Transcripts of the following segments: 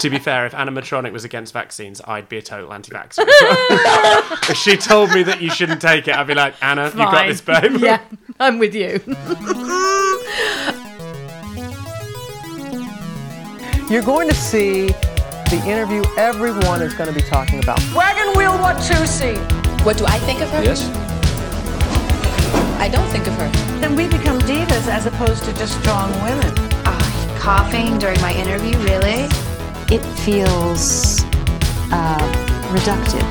to be fair, if animatronic was against vaccines, I'd be a total anti-vaxxer. as well. if she told me that you shouldn't take it, I'd be like, Anna, you got Fine. this, babe. yeah, I'm with you. You're going to see the interview everyone is going to be talking about. Wagon wheel Watusi. What do I think of her? Yes. I don't think of her. Then we become divas as opposed to just strong women. Ah, coughing during my interview, really? It feels uh, reductive.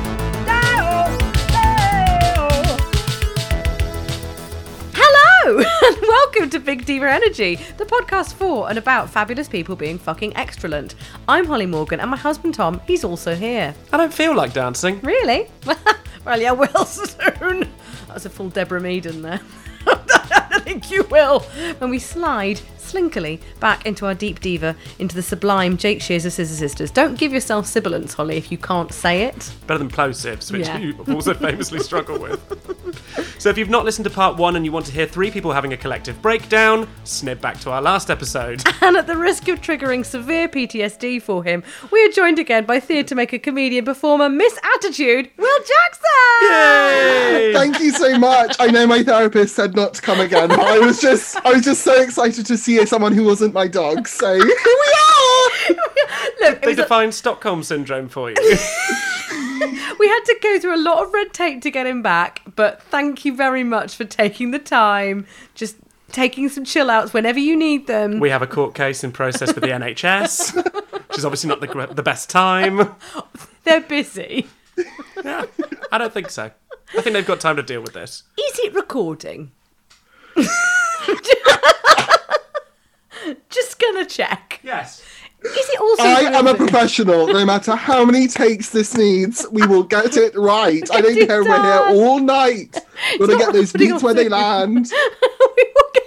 Hello and welcome to Big Diva Energy, the podcast for and about fabulous people being fucking extralent. I'm Holly Morgan and my husband Tom, he's also here. I don't feel like dancing. Really? well, yeah, will soon. That was a full Deborah Meaden there. I think you will when we slide slinkily back into our deep diva, into the sublime Jake Shears of Scissor Sisters. Don't give yourself sibilance, Holly, if you can't say it. Better than plosives, which Yeah. you also famously struggle with. So if you've not listened to part one and you want to hear three people having a collective breakdown, snip back to our last episode. And at the risk of triggering severe PTSD for him, we are joined again by theatre maker, comedian, performer, Miss Attitude, Will Jackson. Yay! Thank you so much. I know my therapist said not to come again, but I was just I was just so excited to see someone who wasn't my dog. So here we are. Look, it They was a- define Stockholm syndrome for you. we had to go through a lot of red tape to get him back, but thank you very much for taking the time, just taking some chill outs whenever you need them. We have a court case in process with the NHS, which is obviously not the, gr- the best time. They're busy. Yeah, I don't think so. I think they've got time to deal with this. Is it recording? just gonna check. Yes. Is it also? I am a recording? professional. No matter how many takes this needs, we will get it right. I don't care if we're here all night. We're gonna get those beats where they land. We will get-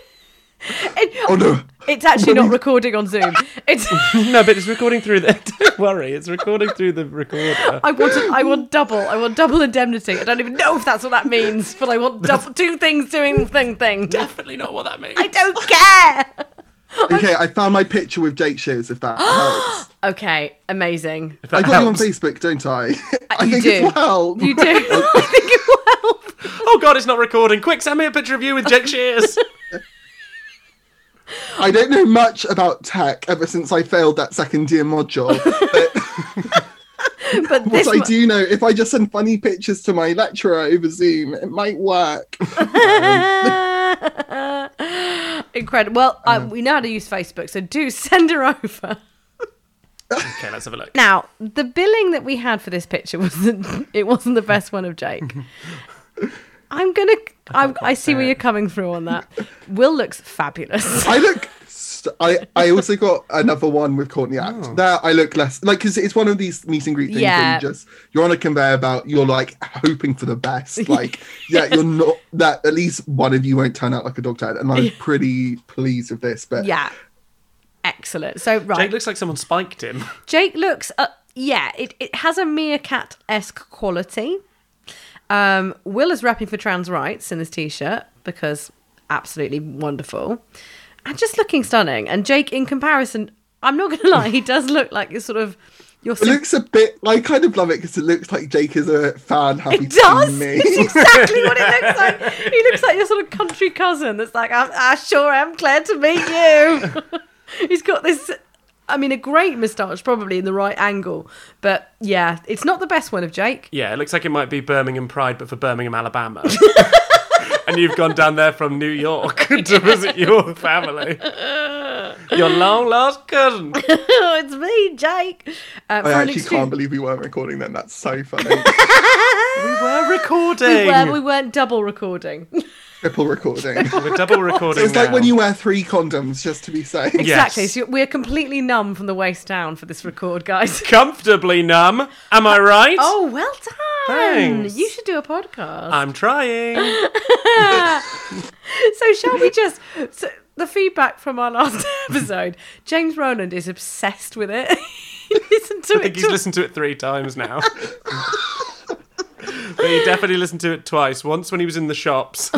It- Oh no. It's actually not recording on Zoom. It's. No, but it's recording through the. Don't worry, it's recording through the recorder. I want. I want double. I want double indemnity. I don't even know if that's what that means, but I want double. Two things doing thing thing. Definitely not what that means. I don't care. Okay, I found my picture with Jake Shears if that helps. Okay, amazing. If I that got you on helps. Facebook, don't I? I Uh, you think do. it will help. You do. I think it will help. Oh god, it's not recording. Quick, send me a picture of you with Jake Shears. I don't know much about tech ever since I failed that second year module. But But What this. I one- do know, if I just send funny pictures to my lecturer over Zoom, it might work. Um, Incredible. Well, I, we know how to use Facebook, so do send her over. okay, let's have a look. Now, the billing that we had for this picture wasn't. It wasn't the best one of Jake. I'm gonna. I, I see where you're coming through on that. Will looks fabulous. I look. St- I I also got another one with Courtney Act. There, I look less like because it's one of these meet and greet things. Yeah. Where you just you're on a conveyor belt. You're like hoping for the best. Like yeah, you're not that. At least one of you won't turn out like a dog dad. And I'm pretty pleased with this. But Yeah. Excellent. So right, Jake looks like someone spiked him. Jake looks, uh, yeah, it, it has a meerkat esque quality. Um, Will is rapping for trans rights in his t shirt because absolutely wonderful and just looking stunning. And Jake, in comparison, I'm not going to lie, he does look like your sort of your. it looks a bit. I kind of love it because it looks like Jake is a fan. Happy It does. To see It's me. exactly what it looks like. He looks like your sort of country cousin that's like, I'm, I sure am glad to meet you. He's got this, I mean, a great moustache, probably in the right angle. But yeah, it's not the best one of Jake. Yeah, it looks like it might be Birmingham Pride, but for Birmingham, Alabama. and you've gone down there from New York to visit your family. Your long lost cousin. Oh, it's me, Jake. Uh, I for an actually extreme- can't believe we weren't recording then. That's so funny. We're recording. we, were, we weren't double recording. Triple recording. We're double recording. It's like now. when you wear three condoms just to be safe. Exactly. So we're completely numb from the waist down for this record, guys. comfortably numb. Am I right? Oh, well done. Thanks. You should do a podcast. I'm trying. So shall we just so the feedback from our last episode? James Roland is obsessed with it. he listened to I it. think he's till- listened to it three times now. but he definitely listened to it twice. Once when he was in the shops,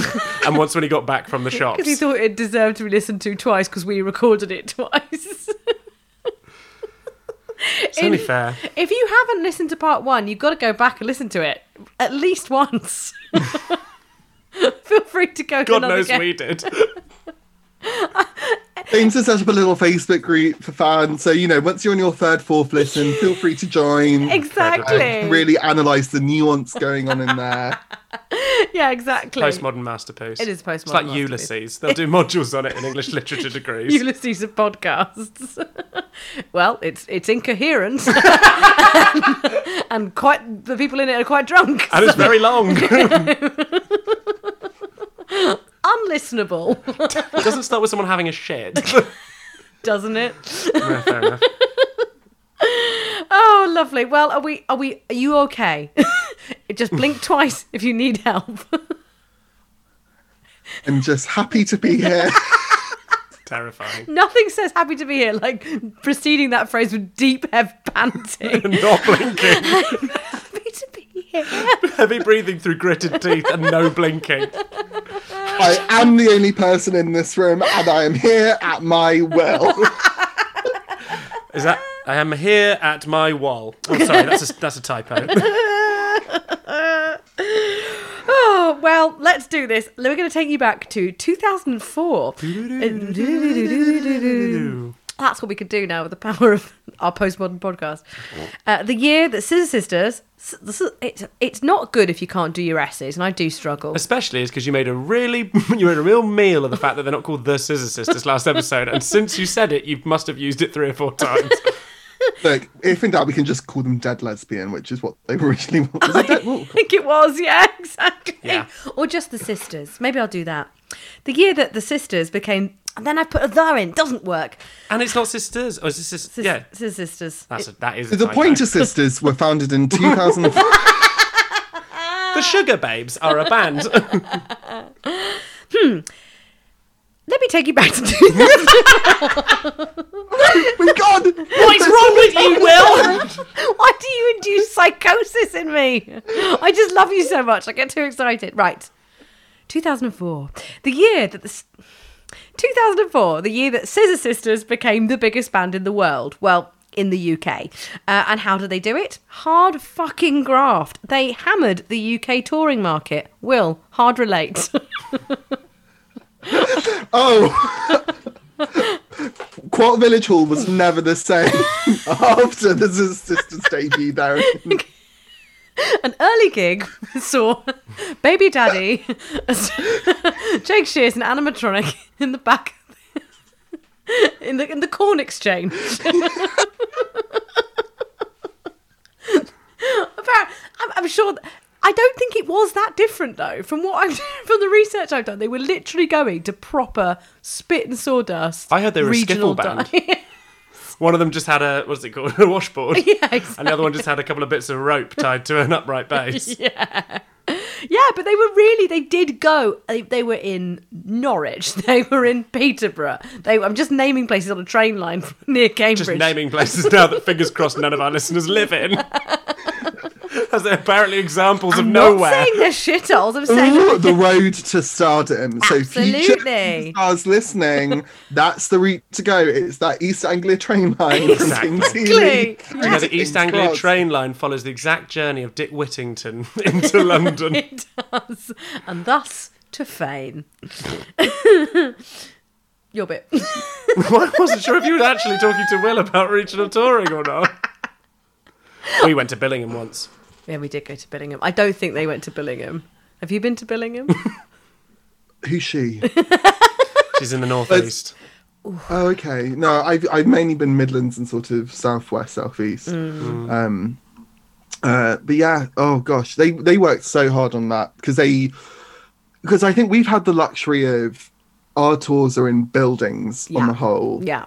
and once when he got back from the shops. he thought it deserved to be listened to twice because we recorded it twice. It's only fair. If you haven't listened to part one, you've got to go back and listen to it at least once. Feel free to go. God in on knows again. we did. Ames has set up a little Facebook group for fans, so you know, once you're on your third, fourth listen, feel free to join. Exactly. Really analyze the nuance going on in there. Yeah, exactly. Postmodern masterpiece. It is a It's like postmodern masterpiece. Ulysses. They'll do modules on it in English literature degrees. Ulysses of podcasts. well, it's it's incoherent, and quite the people in it are quite drunk, and it's very long. it unlistenable, doesn't start with someone having a shit. doesn't it? Yeah, fair enough. Oh, lovely. Well, are we are we are you okay? Just blink twice if you need help. I'm just happy to be here. Terrifying. Nothing says happy to be here like preceding that phrase with deep heavy panting. Not blinking. happy to be here. Heavy breathing through gritted teeth and no blinking. I am the only person in this room, and I am here at my will. Is that? I am here at my wall. I'm sorry, that's a, that's a typo. Oh, well, let's do this. We're going to take you back to 2004. That's what we could do now with the power of our postmodern podcast. Uh, the year that Scissor Sisters, s- the s- it's, it's not good if you can't do your S's, and I do struggle. Especially is because you made a really you made a real meal of the fact that they're not called the Scissor Sisters last episode, and since you said it, you must have used it three or four times. Look, if in doubt, we can just call them dead lesbian, which is what they originally wanted. Was it dead- Ooh. I think it was, yeah, exactly. Yeah. Or just the sisters. Maybe I'll do that. The year that the sisters became, and then I put a there in, doesn't work. And it's not sisters. Oh, is this sis- Sis- yeah? Scissor Sisters. That's a, that is a The typo. Pointer Sisters were founded in 2004. The Sugar Babes are a band. Let me take you back to 2000. We've gone! What's wrong with you, Will? Why do you induce psychosis in me? I just love you so much. I get too excited. Right. 2004. The year that the. s- 2004, the year that Scissor Sisters became the biggest band in the world. Well, in the UK. Uh, and how do they do it? Hard fucking graft. They hammered the UK touring market. Will, hard relate. Oh! Quart Village Hall was never the same after the Sis- Sisters debut there. An early gig saw Baby Daddy, Jake Shears, and animatronic in the back, in the in the corn exchange. Appar- I'm, I'm sure. th- I don't think it was that different though. From what I've from the research I've done, they were literally going to proper spit and sawdust. I heard they were a regional skiffle band. diet. One of them just had a what's it called? A washboard. yeah, exactly. And the other one just had a couple of bits of rope tied to an upright base. Yeah, but they were really, they did go. They, they were in Norwich. They were in Peterborough. They, I'm just naming places on a train line near Cambridge. Just naming places now that fingers crossed none of our listeners live in. As they're apparently examples of I'm nowhere. Not saying they're shitholes. I'm saying Ooh, the road to stardom. So future Absolutely. stars listening, that's the route to go. It's that East Anglia train line. Exactly. Exactly. You know, the East Anglia train line follows the exact journey of Dick Whittington into London. it does. And thus to fame. Your bit. I wasn't sure if you were actually talking to Will about regional touring or not. We went to Billingham once. yeah, we did go to Billingham. I don't think they went to Billingham. Have you been to Billingham? Who's she? She's in the northeast. Oh, okay. No, I've I've mainly been Midlands and sort of southwest, southeast. Mm. Um, uh, but yeah. Oh gosh, they they worked so hard on that because they because I think we've had the luxury of our tours are in buildings on Yeah. the whole, yeah.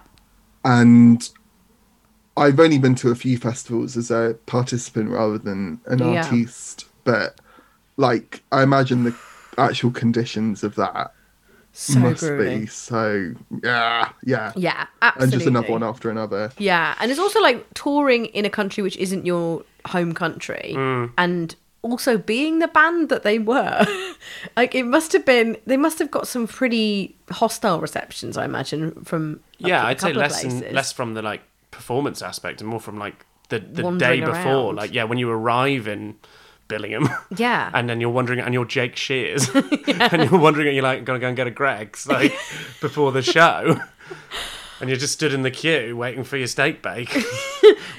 and I've only been to a few festivals as a participant rather than an Yeah. artiste. But like, I imagine the actual conditions of that So must grueling. be so. Yeah, yeah. Yeah, absolutely. And just another one after another. Yeah, and it's also like touring in a country which isn't your home country, Mm. and also being the band that they were. like it must have been, they must have got some pretty hostile receptions, I imagine, from a yeah, cou- I'd say couple of less and, places. less from the like performance aspect and more from like the, the day Wandering before. around. Like, yeah, when you arrive in Billingham. Yeah. And then you're wondering, and you're Jake Shears. and you're wondering, and you're like, gonna go and get a Greg's, like, before the show. And you're just stood in the queue waiting for your steak bake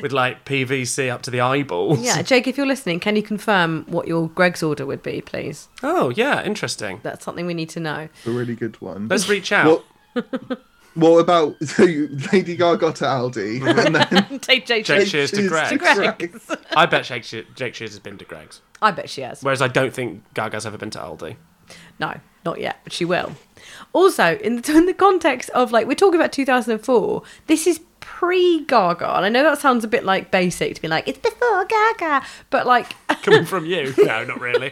with like PVC up to the eyeballs. Yeah, Jake, if you're listening, can you confirm what your Greg's order would be, please? Oh, yeah, interesting. That's something we need to know. A really good one. Let's reach out. What, what about so you- Lady Gaga got to Aldi and then Take Jake Jake. Jake. Shears to she's Greg's. Greg's. I bet Jake, Shear- Jake Shears has been to Greg's. I bet she has. Whereas I don't think Gaga's ever been to Aldi. No, not yet, but she will. Also, in the, in the context of like, we're talking about 2004, this is pre Gaga. And I know that sounds a bit like basic to be like, it's before Gaga. But like, Coming from you. No, not really.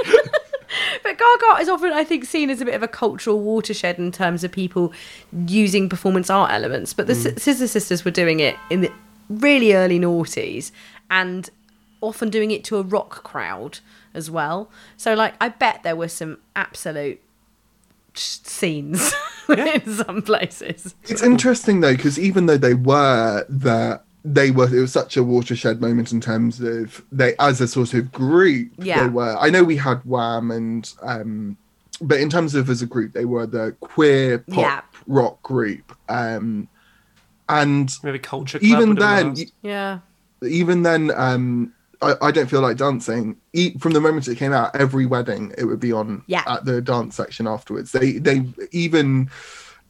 But Gaga is often, I think, seen as a bit of a cultural watershed in terms of people using performance art elements. But the S- Scissor Sisters were doing it in the really early noughties and often doing it to a rock crowd as well. So, like, I bet there were some absolute sh- scenes in some places. It's interesting though, because even though they were that they were it was such a watershed moment in terms of they as a sort of group Yeah. they were I know we had Wham and um but in terms of as a group they were the queer pop Yeah. rock group. Um and Maybe Culture Club. even would have been then the last. Yeah. even then um I, I don't feel like dancing. E- from the moment it came out, every wedding it would be on Yeah. at the dance section afterwards. They they even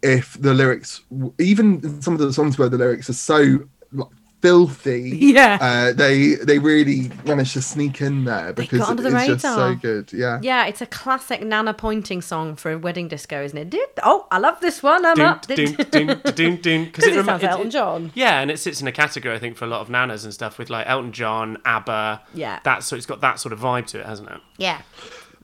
if the lyrics, even some of the songs where the lyrics are so like, filthy, Yeah. uh, they they really managed to sneak in there because got under the it's just radar. so good. Yeah, Yeah, it's a classic Nana pointing song for a wedding disco, isn't it? Did- Oh, I love this one. I'm up. Dun, dun, dun, dun, dun, Because it remi- sounds Elton John. Yeah, and it sits in a category I think for a lot of nanas and stuff with like Elton John, ABBA. Yeah. That so it's got that sort of vibe to it, hasn't it? Yeah.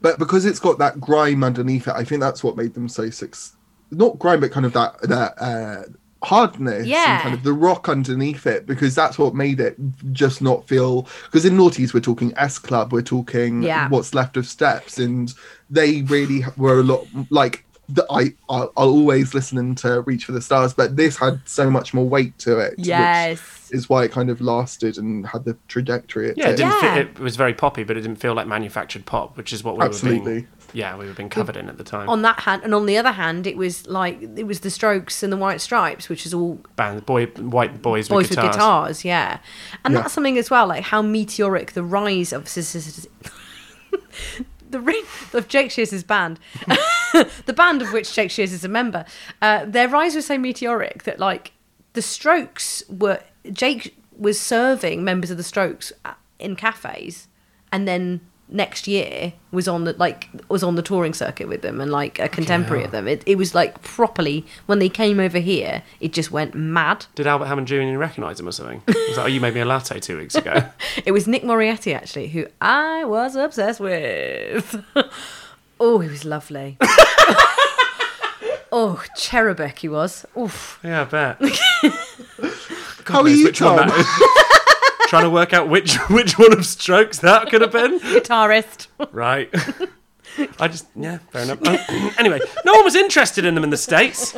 but because it's got that grime underneath it, I think that's what made them so six. Not grime, but kind of that that uh, hardness Yeah. and kind of the rock underneath it, because that's what made it just not feel. Because in Naughties, we're talking S Club, we're talking Yeah. what's left of Steps, and they really were a lot like. The, I I'll, I'll always listen into Reach for the Stars, but this had so much more weight to it. which Yes. is why it kind of lasted and had the trajectory. It Yeah, it, did. didn't Yeah. Feel, it was very poppy, but it didn't feel like manufactured pop, which is what we were being. Absolutely. Yeah, we were being covered in at the time. on that hand and on the other hand it was like it was the strokes and the white stripes which is all Band, boy, white boys, with boys guitars. with guitars yeah and Yeah. that's something as well like how meteoric the rise of Sis- Sis- Sis- the ring of jake shears' band the band of which jake shears is a member uh, their rise was so meteoric that like the strokes were jake was serving members of the strokes at- in cafes and then next year was on the like was on the touring circuit with them and like a contemporary of them it, it was like properly when they came over here it just went mad Did Albert Hammond Jr. recognise him or something? He was like, oh, you made me a latte two weeks ago. It was Nick Morietti, actually, who I was obsessed with. oh, he was lovely. oh, cherubic he was. Oof. yeah, I bet. How are you, Tom? Trying to work out which which one of strokes that could have been. Guitarist. Right. I just yeah, fair enough. Oh, anyway, no one was interested in them in the states.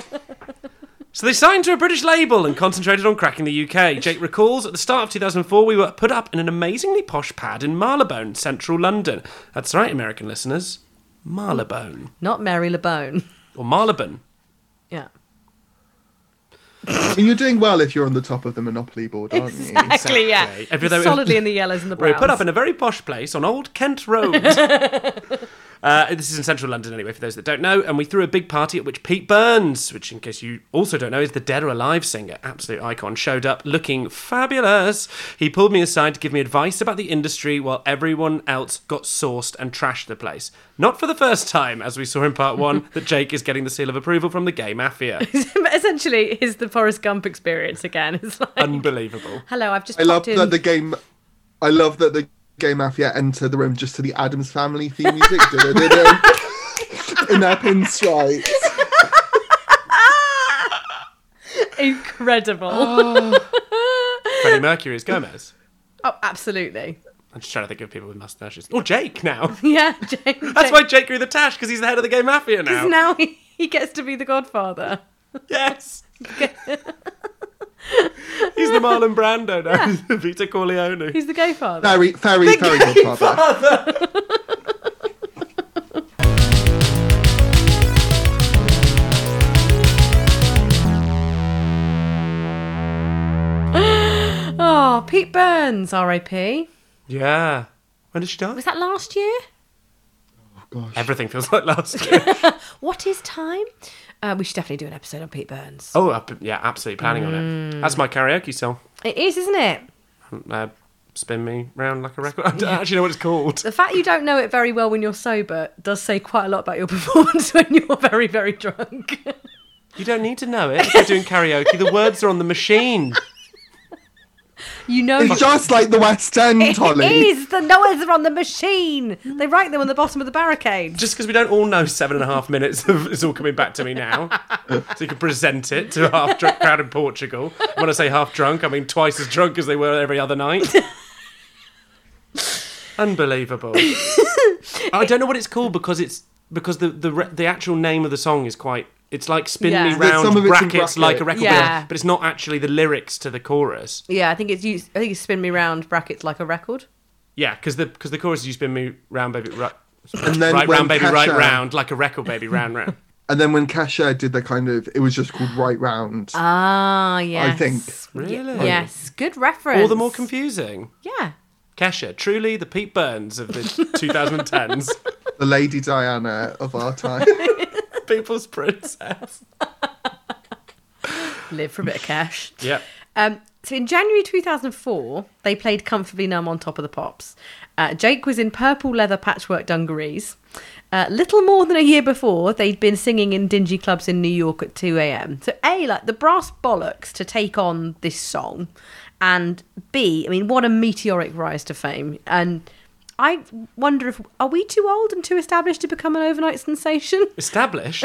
So they signed to a British label and concentrated on cracking the UK. Jake recalls at the start of 2004, we were put up in an amazingly posh pad in Marylebone, central London. That's right, American listeners, Marylebone Not Mary LeBone. or Marylebone. Yeah. I mean, you're doing well if you're on the top of the Monopoly board, aren't you? Exactly, yeah. If you're- Solidly in the yellows and the We browns. were put up in a very posh place on Old Kent Road. Uh, this is in central London, anyway, for those that don't know. And we threw a big party at which Pete Burns, which, in case you also don't know, is the Dead or Alive singer, absolute icon, showed up looking fabulous. He pulled me aside to give me advice about the industry while everyone else got sourced and trashed the place. Not for the first time, as we saw in part one, that Jake is getting the seal of approval from the gay mafia. Essentially, is the Forrest Gump experience again. It's like, Unbelievable. hello, I've just I love popped in. that the game. I love that the game mafia enter the room just to the Adams Family theme music Da-da-da-da. in their pinstripes. Incredible. Freddie Mercury is Gomez. oh, absolutely. I'm just trying to think of people with mustaches. Or Jake now. Yeah, Jake. That's why Jake grew the tash because he's the head of the gay mafia now. now he, he gets to be the godfather. yes. He's the Marlon Brando now. He's the Vito Corleone. He's the gay father. Fairy, fairy, fairy godfather. Oh, Pete Burns, R.A.P. yeah. When did she die? Was that last year? Everything feels like last year. What is time? Uh, we should definitely do an episode on Pete Burns. oh, I've been- yeah, absolutely planning on Mm. it. That's my karaoke song. It is, isn't it? Uh, spin me round like a record. I don't actually know what it's called. The fact you don't know it very well when you're sober does say quite a lot about your performance when you're very, very drunk. You don't need to know it. If you're doing karaoke, the words are on the machine. You know It's just like the West End, Holly. It is. The noise are on the machine. They write them on the bottom of the barricade. Just because we don't all know seven and a half minutes of it's all coming back to me now. so you can present it to a half drunk crowd in Portugal. When I say half drunk, I mean twice as drunk as they were every other night. Unbelievable. I don't know what it's called because it's because the the, re- the actual name of the song is quite. It's like spin Yeah. me There's round some of it's in brackets like a brackets. record Yeah. bill, but it's not actually the lyrics to the chorus. Yeah, I think it's used. I think you spin me round brackets like a record. Yeah, because the because the chorus is you spin me round baby right, And then right when round baby right Kesha- round like a record baby round round. And then when Kesha did the kind of, it was just called Right Round. Ah, yes. think. Really? Yes, good reference. All the more confusing. Yeah. Kesha, truly the Pete Burns of the 2010s, the Lady Diana of our time. people's princess. Live for a bit of cash. Yep. Um, so in January 2004, they played Comfortably Numb on Top of the Pops. Uh, Jake was in purple leather patchwork dungarees. Uh, little more than a year before, they'd been singing in dingy clubs in New York at 2 a.m. So, A, like the brass bollocks to take on this song. And B, I mean, what a meteoric rise to fame. And I wonder if, are we too old and too established to become an overnight sensation? Established.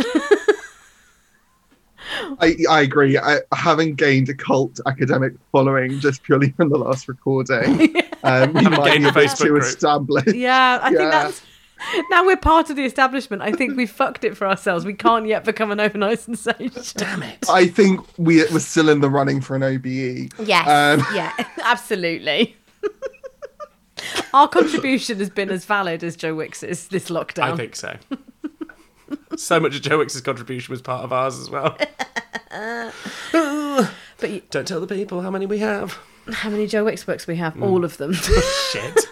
I, I agree. I, having gained a cult academic following just purely from the last recording, um, you might gained be a a bit Facebook too group. established. Yeah, I think Yeah. that's. Now we're part of the establishment. I think we fucked it for ourselves. We can't yet become an overnight sensation. Damn it. I think we were still in the running for an OBE. Yes. Um, yeah, absolutely. Our contribution has been as valid as Joe Wicks's this lockdown. I think so. So much of Joe Wicks's contribution was part of ours as well. But you- Don't tell the people how many we have. how many Joe Wicks books we have? Mm. All of them. Shit.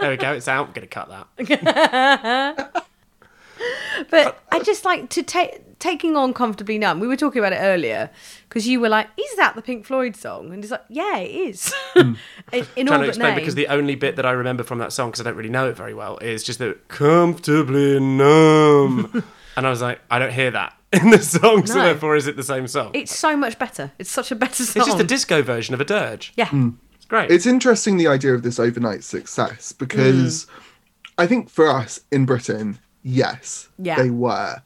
There we go. It's out. I'm gonna cut that. but I just like to take taking on comfortably numb. We were talking about it earlier because you were like, "Is that the Pink Floyd song?" And it's like, "Yeah, it is." in Mm. Trying in all but to explain name. because the only bit that I remember from that song, because I don't really know it very well, is just the comfortably numb, and I was like, I don't hear that in the song. So No. therefore, is it the same song? it's so much better. It's such a better song. It's just a disco version of a dirge. Yeah. It's great. It's interesting the idea of this overnight success Mm. because I think for us in Britain, yes, Yeah. they were.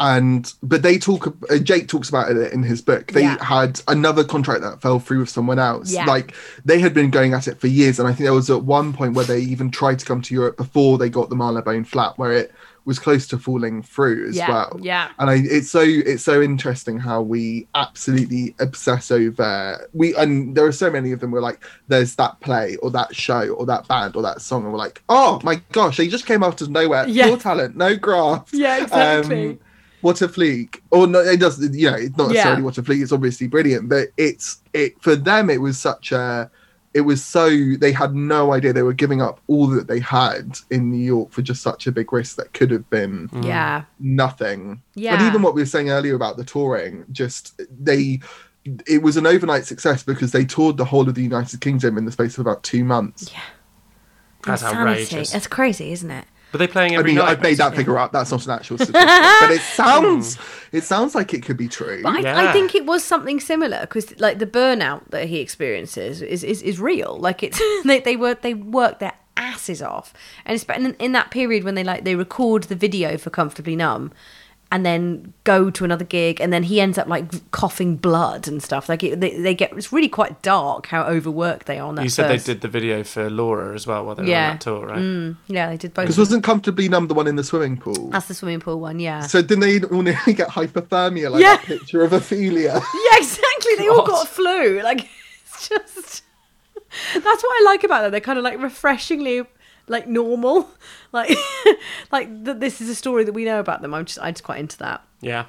And but they talk. Uh, Jake talks about it in his book. They Yeah. had another contract that fell through with someone else. Yeah. Like they had been going at it for years, and I think there was at one point where they even tried to come to Europe before they got the Marylebone flat, where it was close to falling through as Yeah, well. yeah. And I, it's so it's so interesting how we absolutely obsess over we and there are so many of them. We're like, there's that play or that show or that band or that song, and we're like, oh my gosh, they just came out of nowhere. Yeah. Pure talent, no graft. Yeah, exactly. Um, what a fleek! Or no, it doesn't. You know, it's not Yeah. necessarily what a fleek. It's obviously brilliant, but it's it for them. It was such a. It was so they had no idea they were giving up all that they had in New York for just such a big risk that could have been Mm. yeah. nothing. But Yeah. even what we were saying earlier about the touring, just they it was an overnight success because they toured the whole of the United Kingdom in the space of about two months. That's Insanity. outrageous. That's crazy, isn't it? But they playing I every mean, night. I've made that figure up. That's not an actual statistic, but it sounds it sounds like it could be true. But I, I Yeah. think it was something similar because, like, the burnout that he experiences is is, is real. Like, it's they they were they worked their asses off, and it's in, in that period when they like they record the video for Comfortably Numb, and then go to another gig, and then he ends up like coughing blood and stuff. Like, it, they they get it's really quite dark how overworked they are on that. You said first- they did the video for Laura as well while they were Yeah. Mm. on that tour, right? Yeah, they did both. Because wasn't comfortably numb the one in the swimming pool. That's the swimming pool one. Yeah. so didn't they all nearly get hypothermia like Yeah. that picture of Ophelia? yeah, exactly. Honestly, they all God. got flu. Like it's just that's what I like about them. They're kind of like refreshingly like normal. Like like that this is a story that we know about them. I'm just I'm just quite into that. Yeah.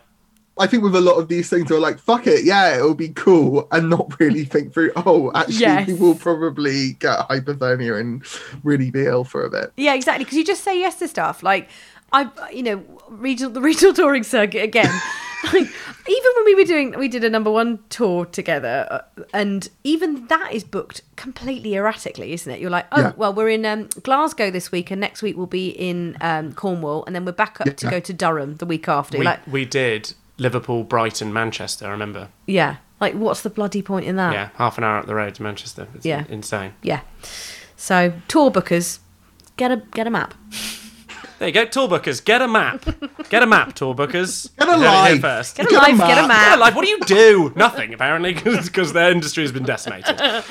I think with a lot of these things, we're like, fuck it, yeah, it'll be cool, and not really think through, oh, actually, Yes. we will probably get hypothermia and really be ill for a bit. Yeah, exactly. Because you just say yes to stuff. Like I, you know, regional the regional touring circuit again. like even when we were doing, we did a number one tour together, uh, and even that is booked completely erratically, isn't it? You're like, oh Yeah. well, we're in um, Glasgow this week, and next week we'll be in um, Cornwall, and then we're back up to Yeah. go to Durham the week after. We, like, we did Liverpool, Brighton, Manchester, I remember. yeah, like what's the bloody point in that? Yeah, half an hour up the road to Manchester. It's Ah. Yeah. insane. Yeah. So tour bookers, get a get a map. There you go, tour bookers. Get a map. Get a map, tour bookers. Get You a heard it here life. first. Get a Get a life, get a map. Yeah, map. like, what do you do? Nothing, apparently, because their industry has been decimated. Right,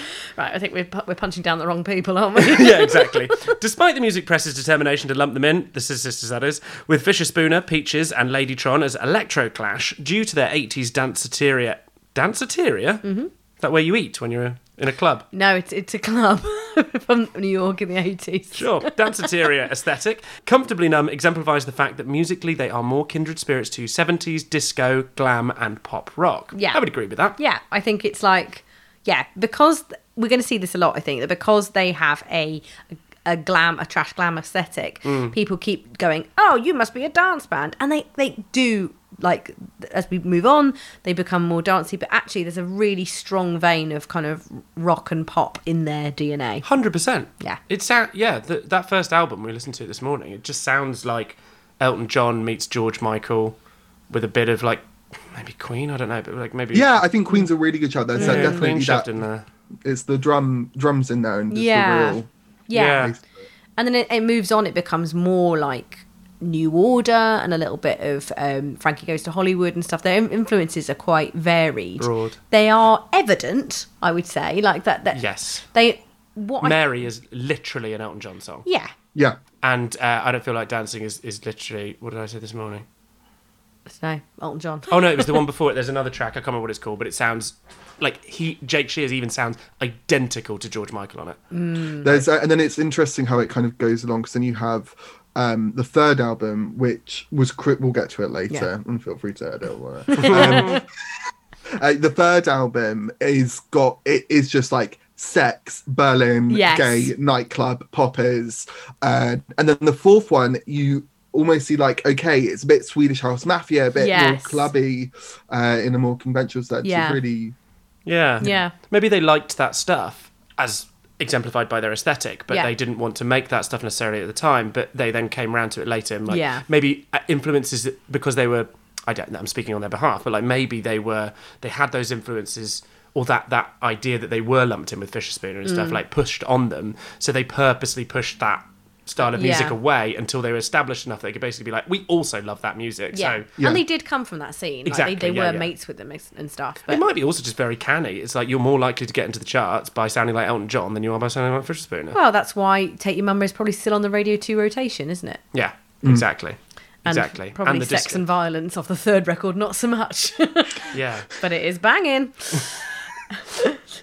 I think we're pu- we're punching down the wrong people, aren't we? yeah, exactly. Despite the music press's determination to lump them in, the Sis- sisters that is, with Fisher Spooner, Peaches, and Ladytron as Electro Clash, due to their 80s danceteria. Danceteria? Mm-hmm. Is that where you eat when you're in a club? No, it's it's a club from New York in the eighties. Sure. Danceteria aesthetic. Comfortably Numb exemplifies the fact that musically they are more kindred spirits to 70s disco, glam, and pop rock. Yeah. I would agree with that. Yeah, I think it's like yeah because th- we're going to see this a lot. I think that because they have a a glam a trash glam aesthetic, people keep going. Oh, you must be a dance band, and they they do like th- as we move on, they become more dancey. But actually, there's a really strong vein of kind of rock and pop in their DNA. Hundred percent. Yeah. It sound yeah. Th- that first album we listened to this morning, it just sounds like Elton John meets George Michael, with a bit of like maybe Queen. I don't know, but like maybe Yeah, I think Queen's a really good shout. There's that yeah, Queen definitely shoved that. in there. It's the drum drums in there and just Yeah. the real. yeah. Yeah. and then it, it moves on. It becomes more like New Order and a little bit of um, Frankie Goes to Hollywood and stuff. Their in- influences are quite varied. Broad. They are evident, I would say, like that. that Yes. They what? I, Mary is literally an Elton John song, yeah. Yeah. and uh, I don't feel like dancing is, is literally. What did I say this morning? No, Elton John. Oh no, it was the one before it. There's another track. I can't remember what it's called, but it sounds like he Jake Shears even sounds identical to George Michael on it. Mm. There's uh, and then it's interesting how it kind of goes along because then you have um the third album which was cri- we'll get to it later Yeah. and feel free to edit or whatever. um, uh, the third album is got it is just like sex berlin Yes. gay nightclub poppers uh, and then the fourth one you almost see like okay it's a bit swedish house mafia a bit more Yes. clubby uh, in a more conventional sense Yeah. it's really Yeah. Yeah. Maybe they liked that stuff as exemplified by their aesthetic, but Yeah. they didn't want to make that stuff necessarily at the time. But they then came around to it later and like Yeah. maybe uh, influences that- because they were. I don't. know, I'm speaking on their behalf, but like maybe they were. They had those influences or that that idea that they were lumped in with Fisher Spooner and Mm. stuff like pushed on them. So they purposely pushed that style of music Yeah. away until they were established enough that they could basically be like, we also love that music. Yeah. So Yeah. and they did come from that scene. Exactly, Like they, they yeah, were yeah. mates with them and stuff. it But might be also just very canny. It's like you're more likely to get into the charts by sounding like Elton John than you are by sounding like Fisher Spooner. well, that's why Take Your Mama is probably still on the Radio Two rotation, isn't it? yeah, exactly, mm. And exactly. Probably sex disc- and violence off the third record, not so much. yeah, but it is banging.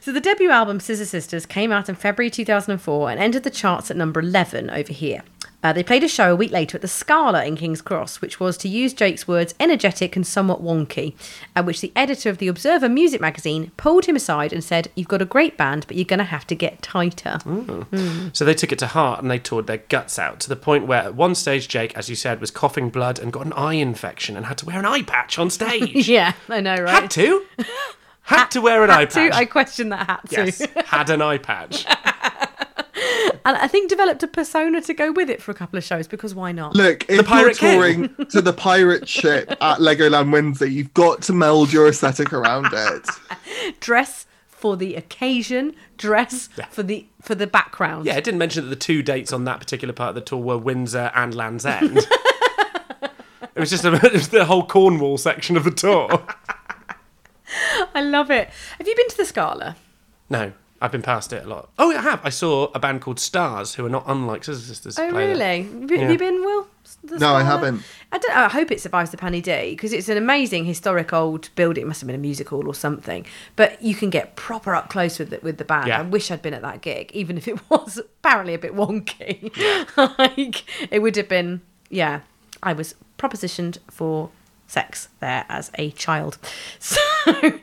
so the debut album Scissor Sisters came out in February 2004 and entered the charts at number 11 over here. Uh, they played a show a week later at the Scala in King's Cross, which was, to use Jake's words, energetic and somewhat wonky. At which the editor of the Observer Music magazine pulled him aside and said, "You've got a great band, but you're going to have to get tighter." Mm. Mm. So they took it to heart and they toured their guts out to the point where, at one stage, Jake, as you said, was coughing blood and got an eye infection and had to wear an eye patch on stage. Yeah, I know, right? Had to. Had to wear an eye Had to. patch. I question that hat too. yes, had an eye patch. And I think developed a persona to go with it for a couple of shows because why not? Look, if Pirate you're King. touring to the pirate ship at Legoland Windsor, you've got to meld your aesthetic around it. dress for the occasion, dress for the for the background. Yeah, it didn't mention that the two dates on that particular part of the tour were Windsor and Land's End. it was just a, it was the whole Cornwall section of the tour. I love it. Have you been to the Scala? No, I've been past it a lot. Oh, I have. I saw a band called Stars, who are not unlike Scissor Sisters. Oh play there. really? Have you- Have Yeah. you been, Will? the No, I score? haven't. I, don't, I hope it survives the Panny D because it's an amazing historic old building. It must have been a music hall or something. But you can get proper up close with the, with the band. Yeah. I wish I'd been at that gig, even if it was apparently a bit wonky. like it would have been. Yeah, I was propositioned for sex there as a child. So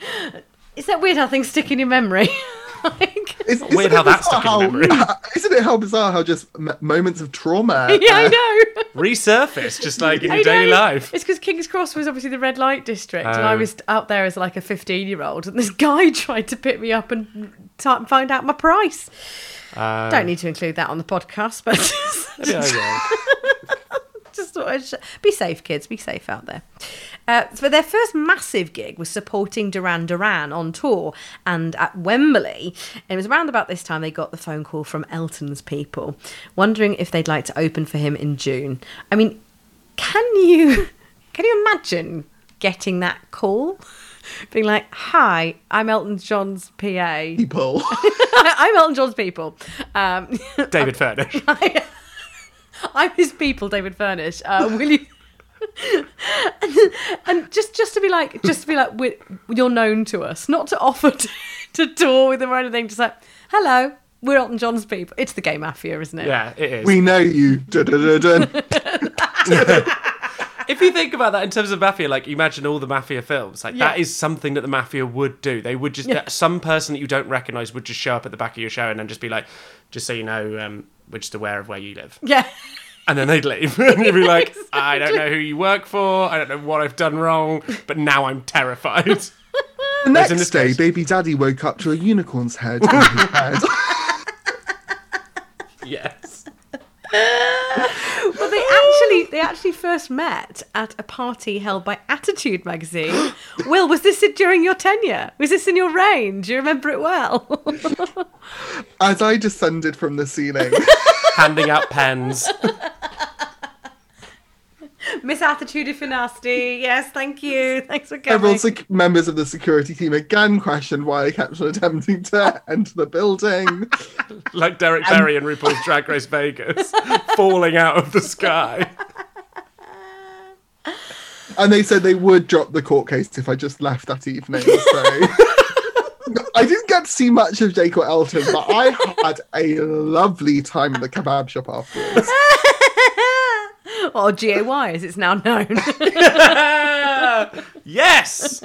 is that weird how things stick in your memory? like, It's, Weird how that bizarre stuck in your how- Isn't it how bizarre how just m- moments of trauma? yeah, I know. Resurface just like in your I daily know. life. It's because King's Cross was obviously the red light district, and Oh. I was out there as like a 15 year old, and this guy tried to pick me up and t- find out my price. Uh, Don't need to include that on the podcast, but just, Yeah, yeah. just thought I'd sh- be safe, kids. Be safe out there. Uh, but their first massive gig was supporting Duran Duran on tour and at Wembley. And it was around about this time they got the phone call from Elton's people, wondering if they'd like to open for him in June. I mean, can you can you imagine getting that call? Being like, "Hi, I'm Elton John's PA. People. I'm Elton John's people. Um, David Furnish. I, I'm his people, David Furnish. Uh, will you? and, and just just to be like, just to be like, we're, you're known to us, not to offer to, to tour with them or anything. Just like, hello, we're Elton John's people. It's the gay mafia, isn't it? Yeah, it is. we know you. Dun-dun-dun-dun. if you think about that in terms of mafia, like imagine all the mafia films, like that Yeah. is something that the mafia would do. They would just Yeah. that some person that you don't recognise would just show up at the back of your show and then just be like, just so you know, um, we're just aware of where you live, Yeah. and then they'd leave, and you'd be like, I don't know who you work for, I don't know what I've done wrong, but now I'm terrified. The Whereas next in this day, case- baby daddy woke up to a unicorn's head on his head. yes. Well, they actually they actually first met at a party held by Attitude magazine. Will, was this during your tenure? Was this in your reign? Do you remember it well? As I descended from the ceiling, Handing out pens. Miss Attitude if you're nasty. Yes, thank you. Thanks for coming. several sec- members of the security team again questioned why I kept on attempting to enter the building. like Derek Berry in RuPaul's Drag Race Vegas, falling out of the sky. And they said they would drop the court case if I just left that evening. So. I didn't get to see much of Jake or Elton, but I had a lovely time at the kebab shop afterwards. or GAY as it's now known. Yes.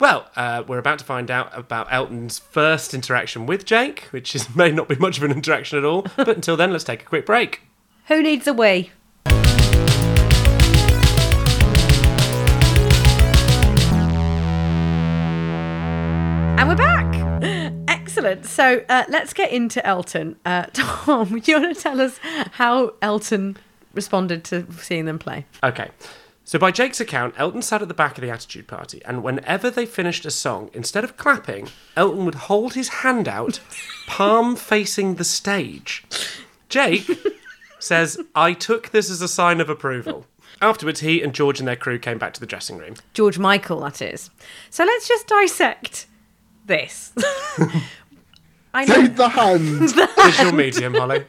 Well, uh, we're about to find out about Elton's first interaction with Jake, which is, may not be much of an interaction at all. But until then, let's take a quick break. Who needs a wee? And we're back. Excellent. So uh, let's get into Elton. Uh, Tom, do you want to tell us how Elton responded to seeing them play? Okay. So, by Jake's account, Elton sat at the back of the Attitude Party, and whenever they finished a song, instead of clapping, Elton would hold his hand out, palm facing the stage. Jake says, I took this as a sign of approval. Afterwards, he and George and their crew came back to the dressing room. George Michael, that is. So let's just dissect this. I know. Take the hand. Visual medium, Holly.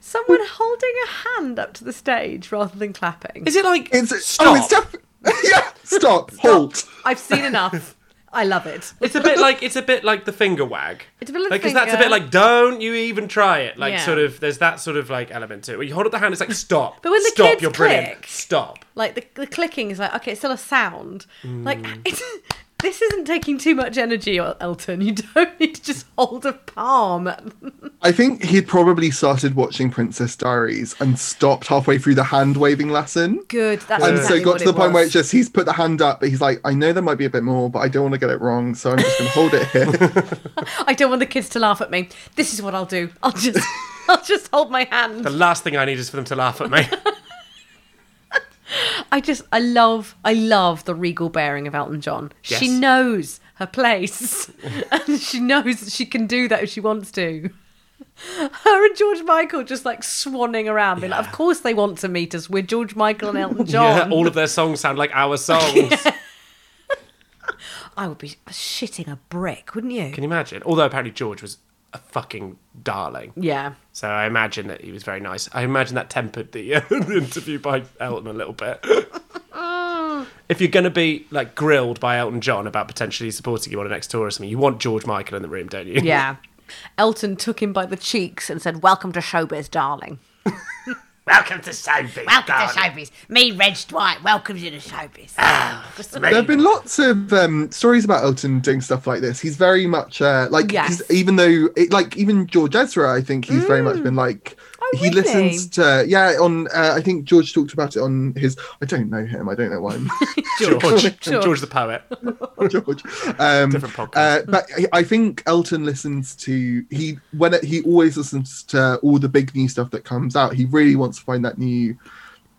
Someone holding a hand up to the stage rather than clapping. Is it like It's stop? oh, it's def- yeah. Stop. Halt. I've seen enough. I love it. It's a bit like it's a bit like the finger wag. It's a bit like like the 'cause that's a finger. bit like don't you even try it. Like Yeah. sort of there's that sort of like element to it. When you hold up the hand, it's like stop. But when the stop, kids you're brilliant. click- Stop. Like the, the clicking is like, okay, it's still a sound. Mm. Like, it's, this isn't taking too much energy, El- Elton. You don't need to just hold a palm. I think he'd probably started watching Princess Diaries and stopped halfway through the hand waving lesson. Good. That's And exactly so got what to the it point where it's was. just he's put the hand up, but he's like, I know there might be a bit more, but I don't want to get it wrong, so I'm just going to hold it here. I don't want the kids to laugh at me. This is what I'll do. I'll just, I'll just hold my hand. The last thing I need is for them to laugh at me. I just I love I love the regal bearing of Elton John. She Yes. knows her place. and she knows that she can do that if she wants to. Her and George Michael just like swanning around, being like, "Of course they want to meet us. We're George Michael and Elton John." Yeah, all of their songs sound like our songs. Can I would be shitting a brick, wouldn't you? you imagine? Although apparently George was a fucking darling. Yeah. So I imagine that he was very nice. I imagine that tempered the, uh, the interview by Elton a little bit. if you're going to be like grilled by Elton John about potentially supporting you on an next tour or something, you want George Michael in the room, don't you? Yeah. Elton took him by the cheeks and said, Welcome to Showbiz, darling. Welcome to Sophie. Welcome to Showbiz. Me, Reg Dwight, welcomes you to Showbiz. There have been lots of um, stories about Elton doing stuff like this. He's very much uh, like, Yes. 'cause even though, it, like, even George Ezra, I think he's very much been like, he Mm. Oh, really? listens to, yeah, on, uh, I think George talked about it on his, I don't know him, I don't know why I'm George. George. George. George the poet. George. Um, Different podcast. Uh, but I- I think Elton listens to he when it, he always listens to all the big new stuff that comes out. He really wants to find that new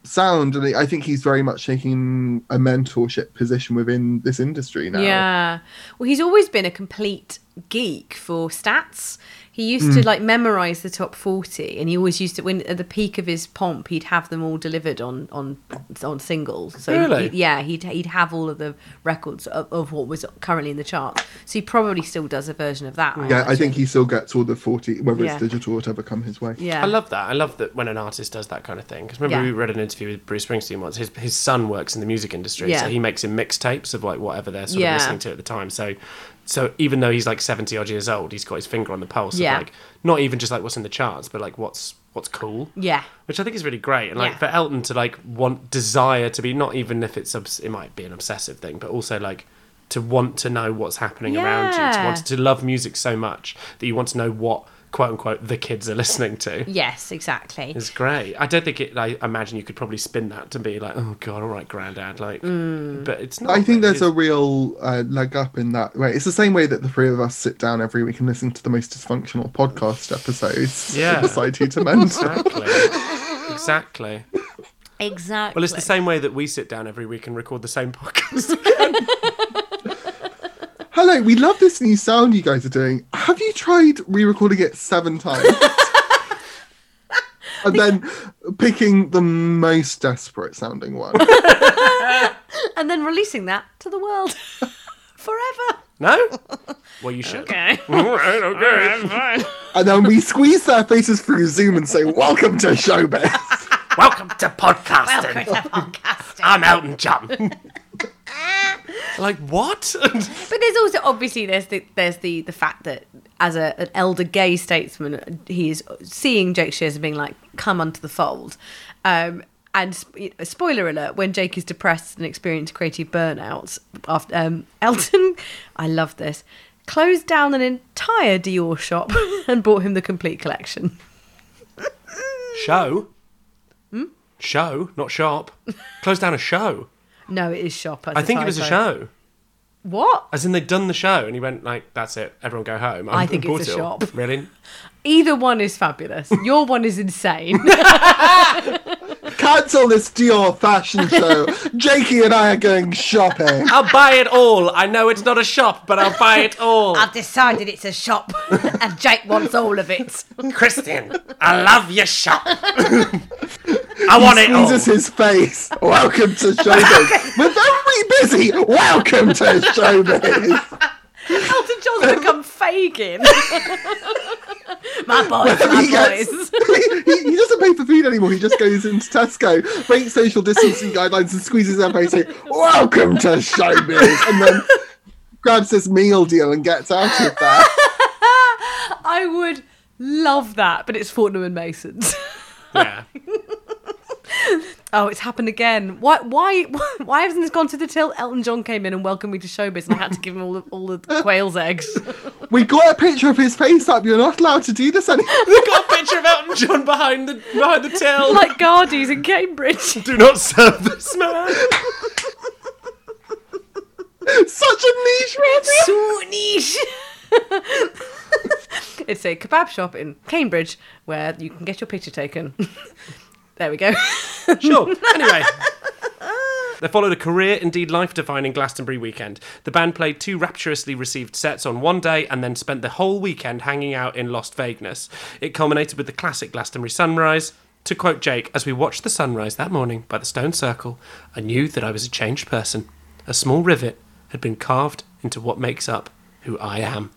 sound, and I think he's very much taking a mentorship position within this industry now. Yeah. Well, he's always been a complete geek for stats. He used Hmm. to like memorize the top 40 and he always used to when at the peak of his pomp he'd have them all delivered on on on singles. So Really? he- yeah, he'd he'd have all of the records of, of what was currently in the chart. So he probably still does a version of that. Yeah, I imagine. think he still gets all the forty, whether Yeah. it's digital or whatever, come his way. Yeah. I love that. I love that when an artist does that kind of thing. Because remember, Yeah. we read an interview with Bruce Springsteen once. His his son works in the music industry, Yeah. so he makes him mixtapes of like whatever they're sort Yeah. of listening to at the time. So, so even though he's like seventy odd years old, he's got his finger on the pulse Yeah. of like not even just like what's in the charts, but like what's what's cool. Yeah. which I think is really great. And like Yeah. for Elton to like want desire to be not even if it's obs- it might be an obsessive thing, but also like to want to know what's happening around you, to Yeah. want to love music so much that you want to know what quote unquote the kids are listening to. Yes, exactly. It's great. I don't think it. I imagine you could probably spin that to be like, oh god, all right, granddad. Like, Mm. but it's not. I think really, there's a is- real uh, leg up in that way. It's the same way that the three of us sit down every week and listen to the most dysfunctional podcast episodes. to Yeah. decide who to mentor. exactly. Exactly. exactly. Well, it's the same way that we sit down every week and record the same podcast. Hello, we love this new sound you guys are doing. Have you tried re recording it seven times? and then picking the most desperate sounding one. And then releasing that to the world forever. no. Well, you should. Okay. All right. Okay. and then we squeeze their faces through Zoom and say, Welcome to Showbiz. Welcome to podcasting. I'm Elton John. like what? But there's also obviously there's the there's the the fact that as a, an elder gay statesman, he is seeing Jake Shears and being like, "Come unto the fold." Um, and sp- spoiler alert: when Jake is depressed and experiencing creative burnout, after um, Elton, I love this, closed down an entire Dior shop and bought him the complete collection. show. Hmm? Show, not shop. Closed down a show. No, it is shop. that's I think it was a typo. show. What? As in, they'd done the show, and he went like, "That's it, everyone go home." I think bought it's a it all. shop. Really? Either one is fabulous. Your one is insane. Cancel this Dior fashion show. Jakey and I are going shopping. I'll buy it all. I know it's not a shop, but I'll buy it all. I've decided it's a shop and Jake wants all of it. Kristen, I love your shop. I want it all. Squeezes his face. Welcome to Showbiz. We're very busy. Welcome to Showbiz. Elton John's become Fagin. My boys, my He gets- boys. he, he doesn't pay for food anymore. He just goes into Tesco, breaks social distancing guidelines, and squeezes their face. Saying, "Welcome to showbiz," and then grabs his meal deal and gets out of there. I would love that, but it's Fortnum and Masons. yeah. oh, it's happened again. Why? Why? Why hasn't this gone to the till? Elton John came in and welcomed me to showbiz, and I had to give him all the, all the quail's eggs. We got a picture of his face up. You're not allowed to do this anymore. They've got a picture of Elton John behind the behind the till. like Guardies in Cambridge. Do not serve this man. Such a niche reference. So niche. it's a kebab shop in Cambridge where you can get your picture taken. there we go. Sure. Anyway. They followed a career, indeed life defining Glastonbury weekend. The band played two rapturously received sets on one day and then spent the whole weekend hanging out in Lost Vagueness. It culminated with the classic Glastonbury sunrise. To quote Jake, as we watched the sunrise that morning by the stone circle, I knew that I was a changed person. A small rivet had been carved into what makes up who I am.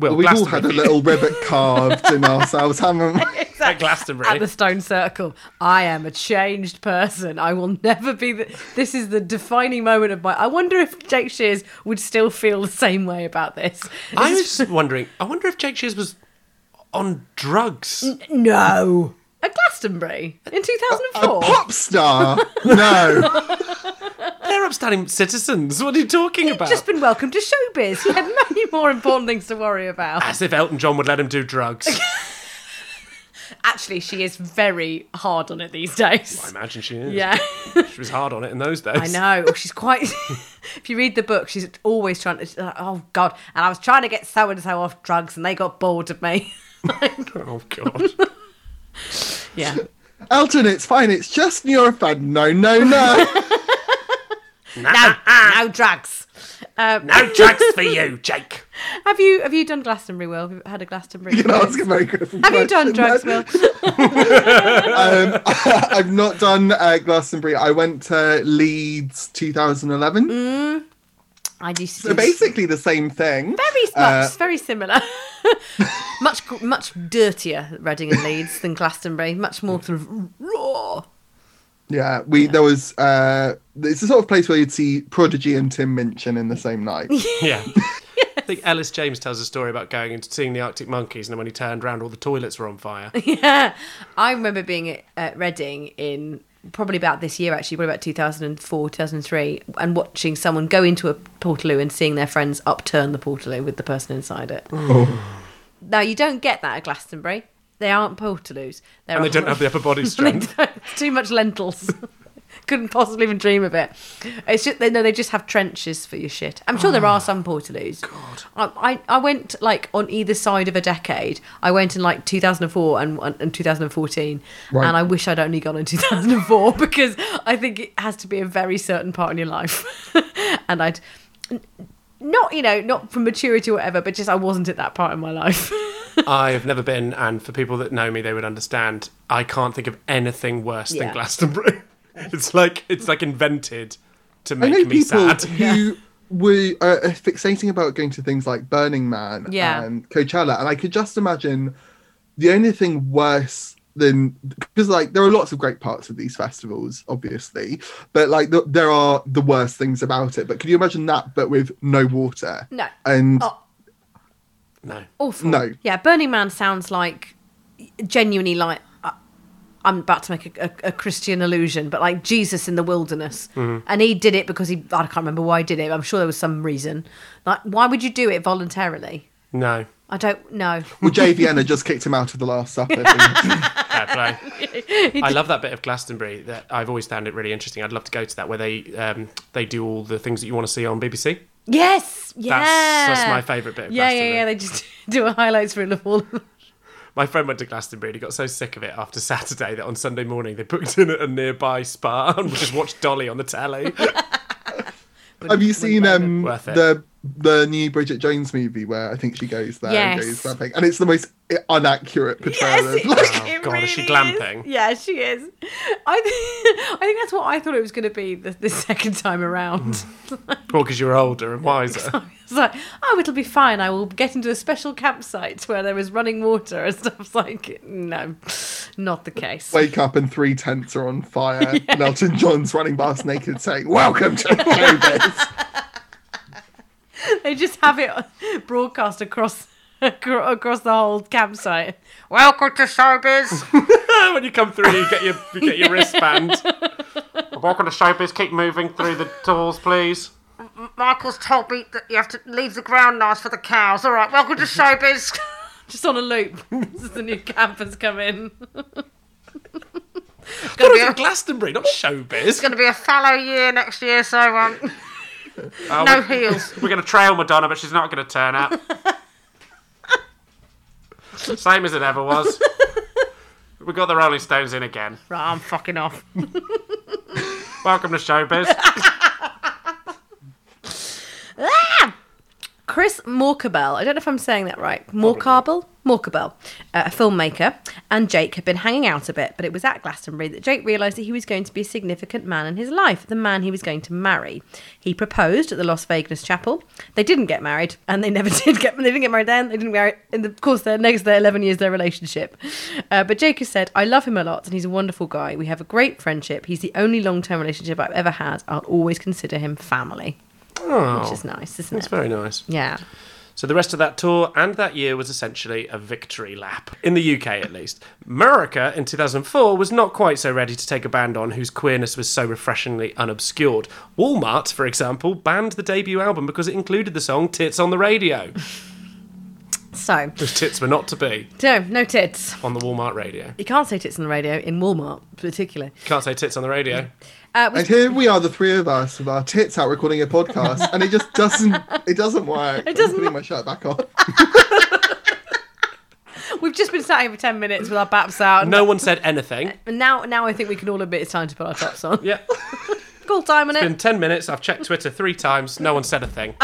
Well, We've all had a Glastonbury. little ribbit carved in ourselves, haven't we? at At Glastonbury. the Stone Circle, I am a changed person. I will never be. The, this is the defining moment of my. I wonder if Jake Shears would still feel the same way about this. I was just wondering. I wonder if Jake Shears was on drugs. No. At Glastonbury in 2004. Pop star? No. They're upstanding citizens. What are you talking He'd about? just been welcomed to showbiz. He had many more important things to worry about. As if Elton John would let him do drugs. Actually, she is very hard on it these days. I imagine she is. Yeah. She was hard on it in those days. I know. Oh, She's quite. if you read the book, she's always trying to. she's like, oh God! And I was trying to get so and so off drugs, and they got bored of me. Oh, God. Yeah. Elton, it's fine. It's just Nurofen. No, no, no. no, ah, no drugs. Um, no drugs for you, Jake. have you have you done Glastonbury? Will have you had a Glastonbury? You know, experience? ask a very critical have you done drugs, question, Will? um, I've not done uh, Glastonbury. I went to Leeds 2011. Mm. I used to. So do- basically the same thing. Very much, Uh, very similar. much, gr- much dirtier Reading and Leeds than Glastonbury. Much more sort of raw. Yeah, we there was uh, it's the sort of place where you'd see Prodigy and Tim Minchin in the same night. Yeah. I think Ellis James tells a story about going and seeing the Arctic Monkeys, and then when he turned round, all the toilets were on fire. Yeah, I remember being at, at Reading in probably about this year actually, probably about 2004, 2003, and watching someone go into a portaloo and seeing their friends upturn the portaloo with the person inside it. Oh. Now, you don't get that at Glastonbury. They aren't portaloos. They're And they don't have the upper body strength. it's too much lentils. Couldn't possibly even dream of it. It's just they, no, they just have trenches for your shit. I'm sure there are some portaloos. God, I, I I went like on either side of a decade. I went in like 2004 and and 2014, Right. and I wish I'd only gone in 2004 because I think it has to be a very certain part in your life, and I'd not you know not from maturity or whatever, but just I wasn't at that part in my life. I've never been, and for people that know me, they would understand. I can't think of anything worse Yeah. than Glastonbury. It's like it's like invented to I make know me people sad. who were uh, fixating about going to things like Burning Man Yeah. and Coachella, and I could just imagine the only thing worse than because like there are lots of great parts of these festivals, obviously, but like th- there are the worst things about it. But could you imagine that, but with no water? No. and Oh. No, awful. No. Yeah, Burning Man sounds like genuinely like I- I'm about to make a, a, a Christian allusion, but like Jesus in the wilderness, Mm-hmm. and he did it because he I can't remember why he did it. I'm sure there was some reason. Like, why would you do it voluntarily? no, I don't know. well, JVN had just kicked him out of the Last Supper. thing. fair play. I love that bit of Glastonbury. That I've always found it really interesting. I'd love to go to that where they um, they do all the things that you want to see on BBC. Yes, yeah, that's my favourite bit of yeah, yeah, Glastonbury. yeah. They just do a highlights reel of all. Of them. My friend went to Glastonbury and he got so sick of it after Saturday that on Sunday morning they booked in at a nearby spa and just watched Dolly on the telly. Have you seen um Worth it. the the new Bridget Jones movie where I think she goes there and Yes. goes something, and it's the most i- inaccurate portrayal. of, like, Oh, God, is she glamping? is. Yeah, she is. I, th- I think that's what I thought it was going to be the, the second time Hmm. around. Well, because you're older and wiser. It's like, oh, it'll be fine. I will get into a special campsite where there is running water and stuff. It's like, no, not the case. wake up and three tents are on fire. And Elton John's running past naked, saying, "Welcome to Showbiz." They just have it broadcast across acro- across the whole campsite. Welcome to showbiz. when you come through, you get your you get your wristband. Welcome to showbiz. Keep moving through the doors, please. Michael's told me that you have to leave the ground nice for the cows. All right, welcome to showbiz. just on a loop. this is the new campers come in. God, it's at Glastonbury, not showbiz. Going to be a fallow year next year, so um, Oh, no we- heels. We're going to trail Madonna, but she's not going to turn up. Same as it ever was. We got the Rolling Stones in again. Right, I'm fucking off. Welcome to showbiz. Chris Morkabel. I don't know if I'm saying that right. Morkabel. Morkabell, uh, a filmmaker, and Jake had been hanging out a bit, but it was at Glastonbury that Jake realised that he was going to be a significant man in his life, the man he was going to marry. He proposed at the Las Vegas Chapel. They didn't get married, and they never did get. They didn't get married then. They didn't marry in the course of their next their eleven years their relationship. Uh, but Jake has said, "I love him a lot, and he's a wonderful guy. We have a great friendship. He's the only long term relationship I've ever had. I'll always consider him family." Oh, Which is nice, isn't that's it? very nice. yeah. So the rest of that tour and that year was essentially a victory lap in the UK, at least. America in 2004 was not quite so ready to take a band on whose queerness was so refreshingly unobscured. Walmart, for example, banned the debut album because it included the song "Tits on the Radio," So, which tits were not to be no, no tits. on the Walmart radio. You can't say tits on the radio in Walmart, particularly. Can't say tits on the radio. Uh, And which, here we are, the three of us, with our tits out recording a podcast, and it just doesn't. It doesn't work. It doesn't I'm putting my shirt back on. we've just been sat here for ten minutes with our baps out. No one said anything. And now, now I think we can all admit it's time to put our tops on. Yeah. Cool time on In it. 10 minutes, I've checked Twitter three times. No one said a thing.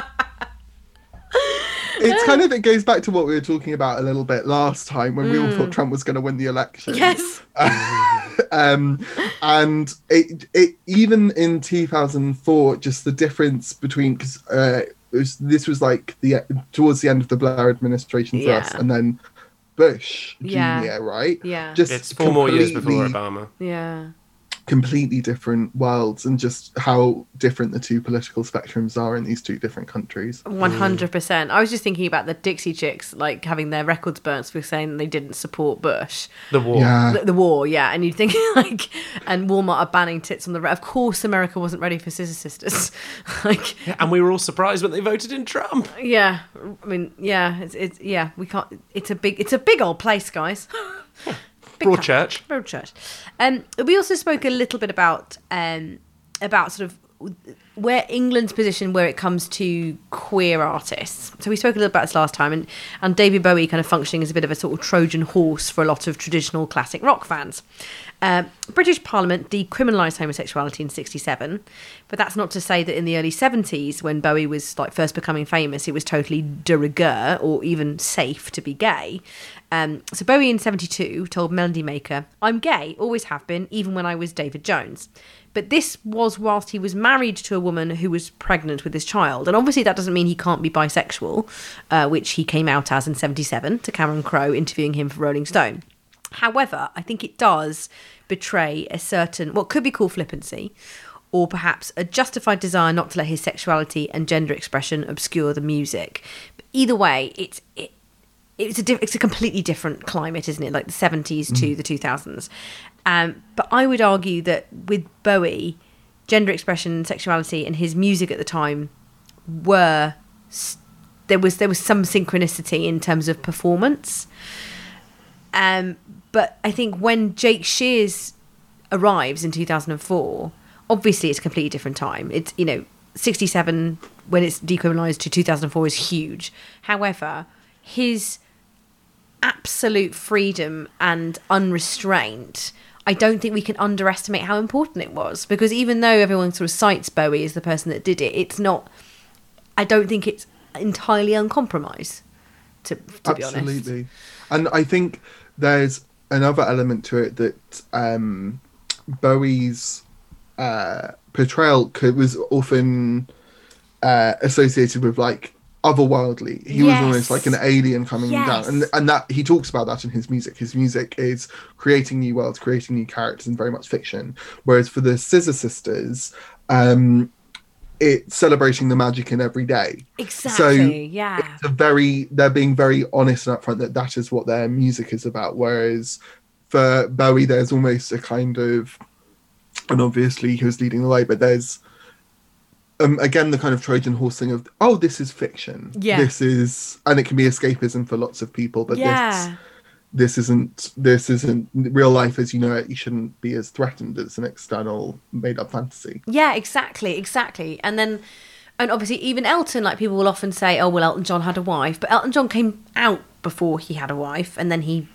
It's kind of it goes back to what we were talking about a little bit last time when we all Mm. thought Trump was going to win the election. Yes. um, and it it even in 2004 just the difference between because uh, it was- this was like the towards the end of the Blair administration for us Yeah. and then Bush Yeah. Jr. right Yeah. just It's four more years before completely- Obama. Yeah. completely different worlds and just how different the two political spectrums are in these two different countries One hundred percent. I was just thinking about the Dixie Chicks like having their records burnt for saying they didn't support Bush, The war. yeah the, the war. Yeah, and you'd think like, and Walmart are banning tits on the. Re- of course, America wasn't ready for Scissor Sisters. like, And we were all surprised when they voted in Trump. yeah. I mean, yeah. It's, it's yeah. We can't. It's a big. It's a big old place, guys. Broadchurch. Broadchurch. Um, we also spoke a little bit about um, about sort of where England's position where it comes to queer artists. So we spoke a little about this last time, and and David Bowie kind of functioning as a bit of a sort of Trojan horse for a lot of traditional classic rock fans. Um, British Parliament decriminalised homosexuality in '67, but that's not to say that in the early '70s, when Bowie was like first becoming famous, it was totally de rigueur or even safe to be gay. Um, so Bowie in 72 told Melody Maker, I'm gay, always have been, even when I was David Jones. But this was whilst he was married to a woman who was pregnant with his child. And obviously, that doesn't mean he can't be bisexual, uh, which he came out as in 77 to Cameron Crowe interviewing him for Rolling Stone. However, I think it does betray a certain, what could be called flippancy, or perhaps a justified desire not to let his sexuality and gender expression obscure the music. But either way, it's. It, it's a diff- it's a completely different climate, isn't it? Like the seventies to the two thousands. Um, but I would argue that with Bowie, gender expression, sexuality, and his music at the time were s- there was there was some synchronicity in terms of performance. Um, but I think when Jake Shears arrives in 2004, obviously it's a completely different time. It's, you know, 67 when it's decriminalized to 2004 is huge. However, his absolute freedom and unrestraint, I don't think we can underestimate how important it was because even though everyone sort of cites Bowie as the person that did it, it's not, I don't think it's entirely uncompromised. To, to be honest, absolutely and i think there's another element to it that um bowie's uh portrayal could, was often uh associated with like otherworldly he Yes. was almost like an alien coming Yes. down and and that he talks about that in his music his music is creating new worlds creating new characters and very much fiction whereas for the scissor sisters um it's celebrating the magic in every day exactly. yeah, it's a very they're being very honest and upfront that that is what their music is about whereas for bowie there's almost a kind of and obviously he was leading the way but there's um, again the kind of trojan horse thing of oh this is fiction Yeah. this is and it can be escapism for lots of people but yeah. this this isn't this isn't real life as you know it you shouldn't be as threatened as an external made-up fantasy Yeah, exactly, exactly. And then, and obviously, even Elton, like people will often say, oh, well, Elton John had a wife, but Elton John came out before he had a wife, and then he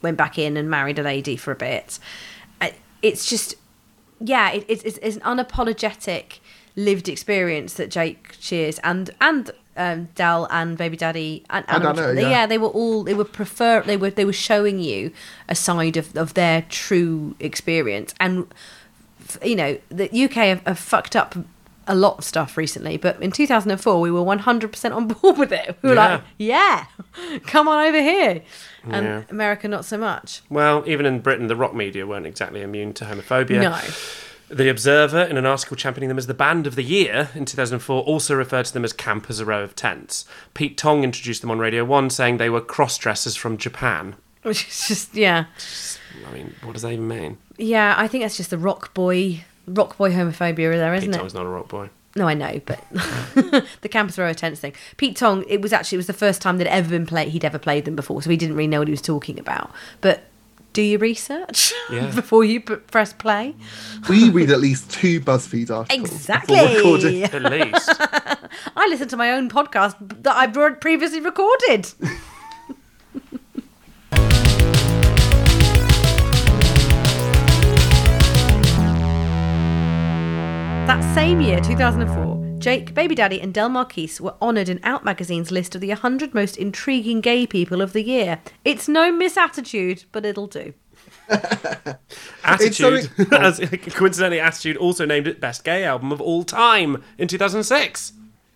went back in and married a lady for a bit. Uh, It's just, yeah, it, it's, it's, it's an unapologetic lived experience that Jake Shears and and um, Dal and Baby Daddy and And Anna, Anna, Richmond, they- yeah. yeah. they were all they were prefer they were they were showing you a side of, of their true experience and f- you know the UK have, have fucked up a lot of stuff recently but in 2004 we were 100% on board with it we were Yeah. like yeah come on over here and Yeah. America not so much Well, even in Britain, the rock media weren't exactly immune to homophobia. No. The Observer, in an article championing them as the band of the year in 2004, also referred to them as Camp as a Row of Tents. Pete Tong introduced them on Radio 1, saying they were cross dressers from Japan. which is just yeah I mean, what does that even mean? yeah I think that's just the rock boy rock boy homophobia there isn't Pete it Tong's not a rock boy. No, I know, but the campus row tents thing. Pete Tong, it was actually it was the first time they'd ever been played. He'd ever played them before, so he didn't really know what he was talking about. But do your research Yeah. before you p- press play. We read at least two BuzzFeed articles. before recording. Exactly. At least. I listen to my own podcast that I've already previously recorded. That same year, 2004, Jake, Baby Daddy, and Del Marquise were honoured in Out magazine's list of the 100 most intriguing gay people of the year. It's no misattitude, but it'll do. It's Attitude, something- Oh. as, coincidentally, Attitude also named it Best Gay Album of All Time in 2006.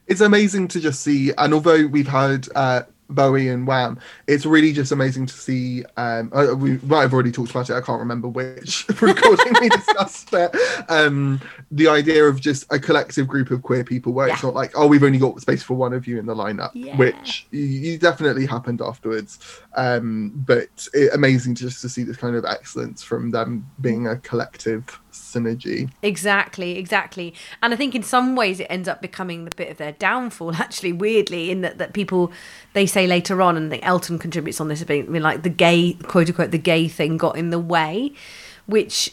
It's amazing to just see, and although we've had uh, Bowie and Wham, it's really just amazing to see. Um, uh, we might have already talked about it. I can't remember which recording we discussed it. Um, the idea of just a collective group of queer people, where it's Yeah. not like, oh, we've only got space for one of you in the lineup, Yeah. which y- you definitely happened afterwards. Um, but it, amazing just to see this kind of excellence from them being a collective synergy. Exactly, exactly. And I think in some ways it ends up becoming a bit of their downfall, actually, weirdly, in that, that people, they say later on, and I think Elton contributes on this, being being like the gay, quote unquote, the gay thing got in the way, which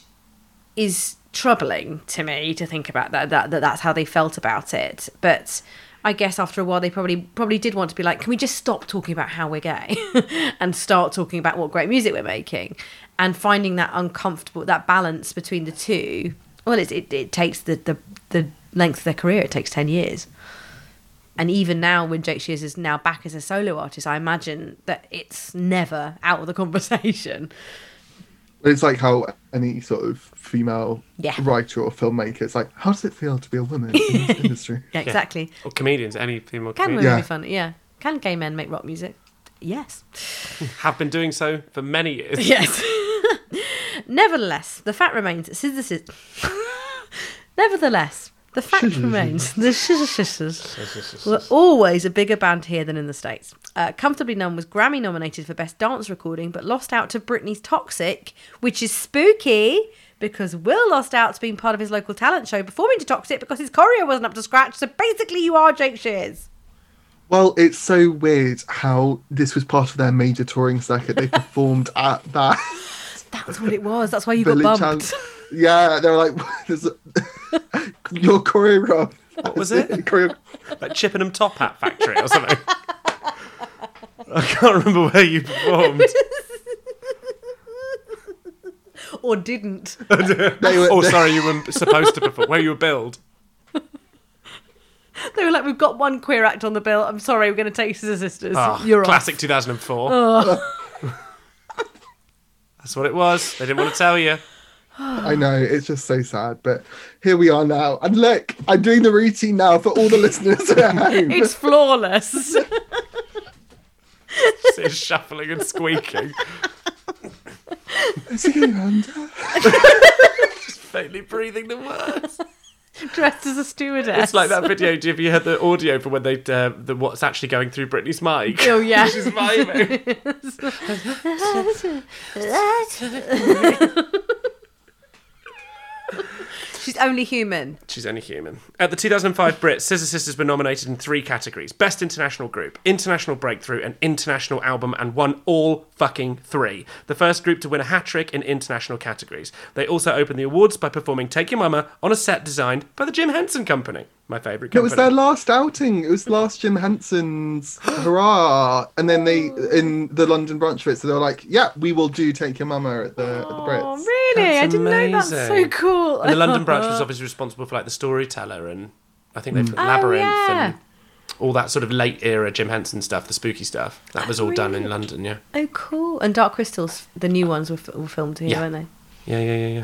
is troubling to me to think about that, that, that that's how they felt about it. But I guess after a while they probably probably did want to be like, can we just stop talking about how we're gay and start talking about what great music we're making? And finding that uncomfortable, that balance between the two, well, it's, it, it takes the, the, the length of their career, it takes 10 years. And even now, when Jake Shears is now back as a solo artist, I imagine that it's never out of the conversation. It's like how any sort of female Yeah. writer or filmmaker, it's like, how does it feel to be a woman in this industry? Yeah, exactly. Or comedians, any female Can comedians, women Yeah. be funny? Yeah. Can gay men make rock music? Yes. have been doing so for many years. Yes. Nevertheless, the fact remains that Synthesis. Nevertheless, the fact remains the Scissors were always a bigger band here than in the States. Uh, Comfortably Numb was Grammy nominated for Best Dance Recording, but lost out to Britney's Toxic, which is spooky because Will lost out to being part of his local talent show performing to Toxic because his choreo wasn't up to scratch. So basically, you are Jake Shears. Well, it's so weird how this was part of their major touring circuit. They performed at that That's what it was. That's why you got village bumped. house. Yeah, they were like, There's a... your choreo. What was it? choreo... like Chippenham Top Hat Factory or something. I can't remember where you performed. or didn't. They were, oh, they- sorry, you were supposed to perform. Where you were billed. They were like, "We've got one queer act on the bill. I'm sorry, we're going to take Scissor Sisters. Ah, You're Oh. classic 2004. That's what it was. They didn't want to tell you. I know, it's just so sad. But here we are now. And look, I'm doing the routine now for all the listeners at home. off. It's flawless. It's just shuffling and squeaking. Is it going under? Faintly breathing the words. Dressed as a stewardess. It's like that video. Have you heard the audio for when they uh, the what's actually going through Britney's mic? Oh yeah. She's vibing. She's only human. She's only human. At the 2005 Brit, Scissor Sisters were nominated in three categories Best International Group, International Breakthrough, and International Album, and won all fucking three. The first group to win a hat trick in international categories. They also opened the awards by performing Take Your Mama on a set designed by the Jim Henson Company. My favourite company. It was their last outing. It was last Jim Henson's hurrah, and then they in the London branch of it. So they were like, "Yeah, we will do take your mama at the, at the Oh Brits." really? That's I didn't know. That's so amazing. cool. And the London branch was obviously responsible for like the storyteller and I think they did Labyrinth Mm. Oh, yeah. and all that sort of late era Jim Henson stuff, the spooky stuff. That was all done in London, yeah. Oh, cool. And Dark Crystals, the new ones were, f- were filmed here, Yeah. weren't they? Yeah, yeah, yeah, yeah.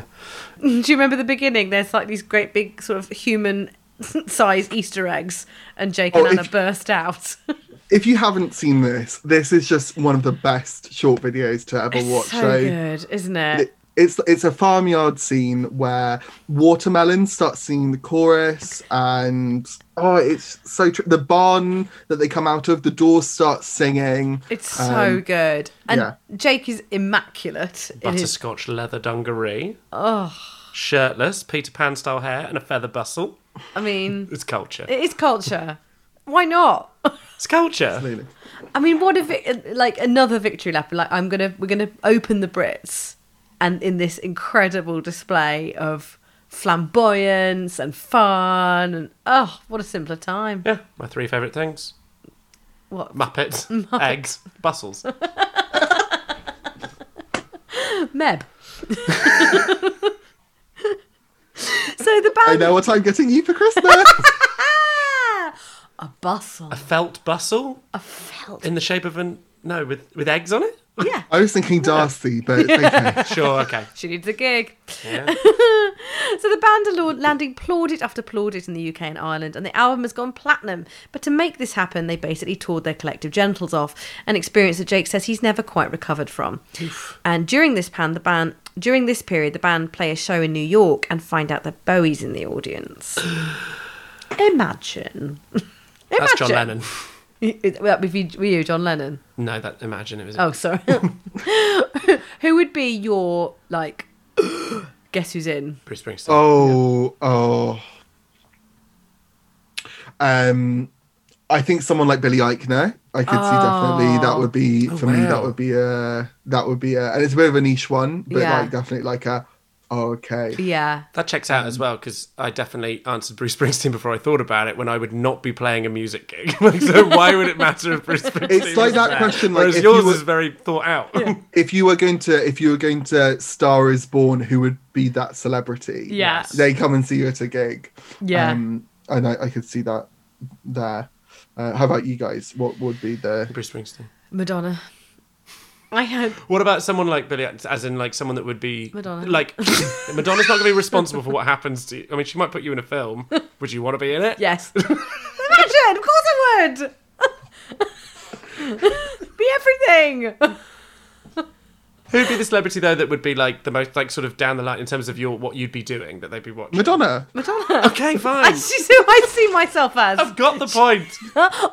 Do you remember the beginning? There's like these great big sort of human size Easter eggs, and Jake Oh, and Anna if- burst out. If you haven't seen this, this is just one of the best short videos to ever watch. so so good, isn't it? it- it's it's a farmyard scene where watermelon starts singing the chorus and oh it's so tr- the barn that they come out of the door starts singing It's so Um, good. And yeah. Jake is immaculate in his Butterscotch leather dungaree. Oh. Shirtless, Peter Pan style hair, and a feather bustle. I mean, It's culture. it is culture. Why not? It's culture. Really. I mean, what if it, like another victory lap? Like I'm gonna, we're gonna open the Brits, and in this incredible display of flamboyance and fun, and oh, what a simpler time. Yeah, my three favourite things What Muppets, eggs, bustles. Meb? so the i band know what i'm getting you for christmas a bustle, A felt bustle a felt. in the shape of an. No, with, with eggs on it? Yeah, i was thinking darcy but okay Sure, okay. she needs a gig. Yeah. So the band are lord- landing plaudit after plaudit in the UK and Ireland, and the album has gone platinum. But to make this happen, they basically toured their collective genitals off, an experience that Jake says he's never quite recovered from. And during this pan, the band during this period, the band play a show in New York and find out that Bowie's in the audience. Imagine. That's John Imagine. Lennon. That would be- Were you John Lennon? No, that imagine it was. Oh, sorry. Who would be your like? guess who's in? Bruce Springsteen. oh oh um i think someone like billy eichner i could see definitely Oh. that would be for me that wow. would be a that would be a and it's a bit of a niche one but Yeah. like definitely like a okay Yeah. That checks out as well because I definitely answered Bruce Springsteen before I thought about it when I would not be playing a music gig. Like, so why would it matter if Bruce Springsteen? It's like was that there? question, like, Whereas if yours you were- is very thought out. if you were going to if you were going to Star is Born, who would be that celebrity? Yeah. They come and see you at a gig. Yeah. Um, and I, I could see that there. Uh, how about you guys? What would be the Bruce Springsteen. Madonna. I hope. What about someone like Billy, as in like someone that would be Madonna. Like Madonna's not going to be responsible for what happens to you. I mean, she might put you in a film. Would you want to be in it? Yes. Imagine! Of course I would! Be everything! Who'd be the celebrity though that would be like the most like sort of down the line in terms of your what you'd be doing that they'd be watching? Madonna? Madonna. Okay, fine. That's just who I see myself as. I've got the point.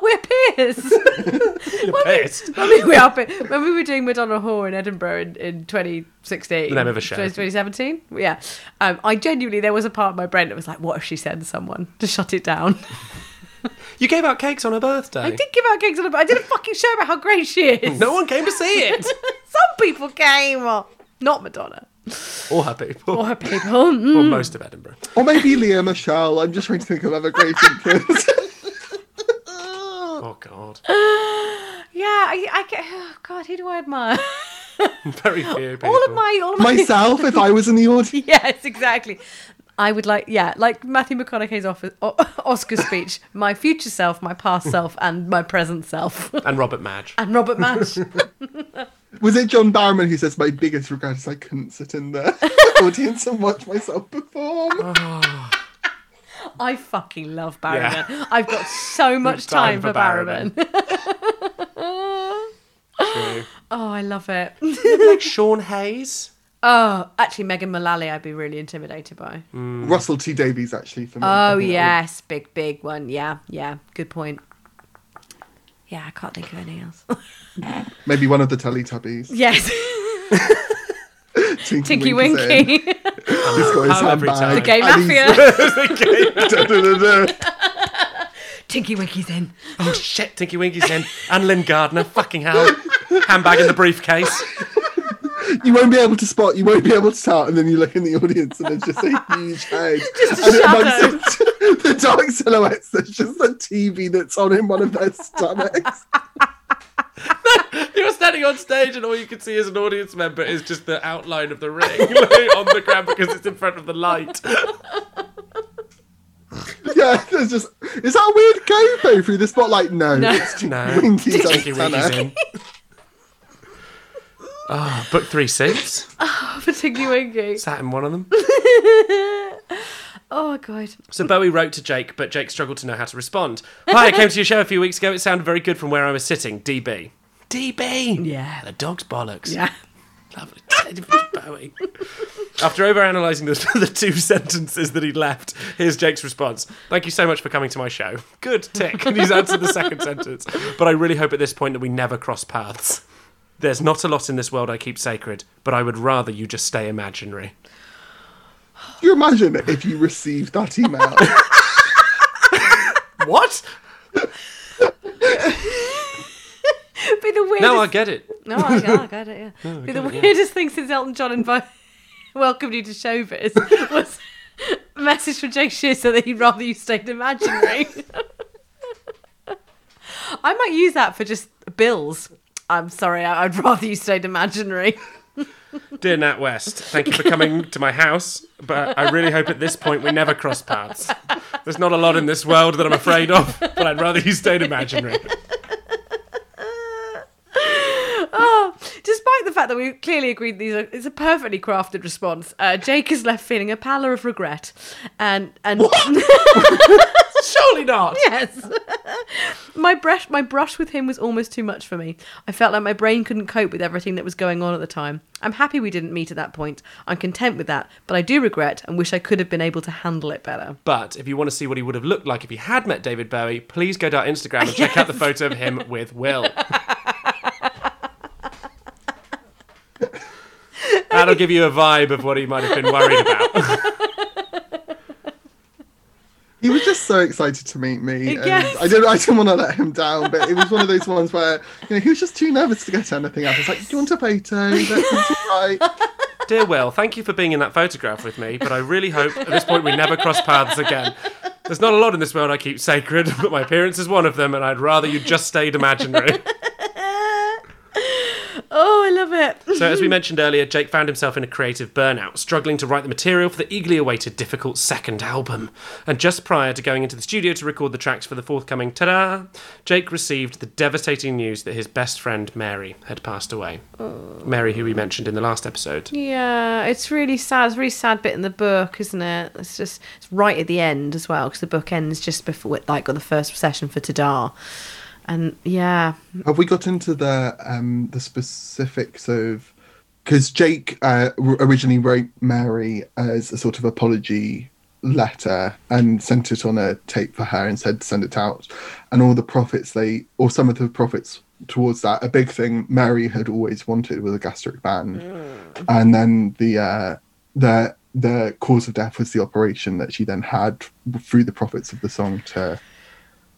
We're peers. You're pissed. I mean, we are peers. When we were doing Madonna Hall in Edinburgh in, in 2016. The name of a show. 2017? Yeah. Um, I genuinely, there was a part of my brain that was like, what if she sends someone to shut it down? You gave out cakes on her birthday. I did give out gigs on a, I did a fucking show about how great she is. No one came to see it. Some people came. Not Madonna. or her people. Or her people. Mm. Or most of Edinburgh. Or maybe Leah Michelle. I'm just trying to think of other great actors. Oh God, Yeah, I, I get. Oh God, who do I admire? very few people. all of my, all of my. Myself, if I was in the audience. Yes, exactly. I would like, yeah, like Matthew McConaughey's offer, o- Oscar speech. My future self, my past self, and my present self, and Robert Madge. and Robert Madge. Was it John Barrowman who says my biggest regret is I couldn't sit in the audience and watch myself Oh. perform? I fucking love Barrowman. I've got so much time, for Barrowman. True. Oh, I love it. like Sean Hayes. Oh, actually, Megan Mullally, I'd be really intimidated by. Russell T Davies actually for me. I Oh think that yes, big big one. Yeah, yeah. Good point. Yeah, I can't think of anything else. would- Maybe one of the Teletubbies. yes, Tinky, Tinky Winky's in. Winky, He's got his How every handbag time. the gay and mafia. he's- Da, da, da, da. Tinky Winky's in. Oh shit, Tinky Winky's in. And Lynn Gardner. Fucking hell. Handbag in the briefcase. You won't be able to spot, you won't be able to tell, and then you look in the audience and there's just a huge head. Just a and shadow. amongst the, the dark silhouettes, there's just a TV that's on in one of their stomachs. You're standing on stage and all you can see as an audience member is just the outline of the ring like, on the ground because it's in front of the light. yeah, there's just is that a weird gobo through the spotlight? No, No. it's No. Winky Tinky Winky's Santana. in. Ah, book three six. For Tiggly Winky. Sat in one of them. Oh, God. So Bowie wrote to Jake, but Jake struggled to know how to respond. Hi, I came to your show a few weeks ago. It sounded very good from where I was sitting. DB. DB. Yeah. The dog's bollocks. Yeah. Lovely. Bowie. After overanalyzing the, the two sentences that he'd left, here's Jake's response. Thank you so much for coming to my show. Good tick. And he's answered the second sentence. But I really hope at this point that we never cross paths. There's not a lot in this world I keep sacred, but I would rather you just stay imaginary. Can you imagine if you received that email? What? It'd be the weirdest. Now I get it. No, Oh, I, I got it, yeah. Be the weirdest thing since Elton John invited welcomed you to showbiz was a message from Jake Shear so that he'd rather you stayed imaginary. I might use that for just bills. I'm sorry, I- I'd rather you stayed imaginary. Dear Nat West, thank you for coming to my house, but I really hope at this point we never cross paths. There's not a lot in this world that I'm afraid of, but I'd rather you stayed imaginary. Oh, despite the fact that we clearly agreed these are, it's a perfectly crafted response, uh, Jake is left feeling a pallor of regret and and Surely not. yes. my brush my brush with him was almost too much for me. I felt like my brain couldn't cope with everything that was going on at the time. I'm happy we didn't meet at that point. I'm content with that, but I do regret and wish I could have been able to handle it better. But if you want to see what he would have looked like if he had met David Bowie, please go to our Instagram and check out the photo of him with Will. That'll give you a vibe of what he might have been worried about. he was just so excited to meet me. And Yes. I didn't I didn't want to let him down, but it was one of those ones where you know he was just too nervous to get anything out. It's like, do you want a photo? That's right. Dear Will, thank you for being in that photograph with me, but I really hope at this point we never cross paths again. There's not a lot in this world I keep sacred, but my appearance is one of them, and I'd rather you just stayed imaginary. Oh, I love it. So, as we mentioned earlier, Jake found himself in a creative burnout, struggling to write the material for the eagerly awaited difficult second album. And just prior to going into the studio to record the tracks for the forthcoming Ta Da, Jake received the devastating news that his best friend Mary had passed away. Mary, who we mentioned in the last episode. Yeah, it's really sad. It's a really sad bit in the book, isn't it? It's just it's right at the end as well because the book ends just before like got the first session for Tadar. And yeah, Have we got into the um the specifics of because Jake uh, r- originally wrote Mary as a sort of apology letter and sent it on a tape for her and said send it out, and all the profits they or some of the profits towards that a big thing Mary had always wanted was a gastric band, and then the uh, the the cause of death was the operation that she then had through the profits of the song to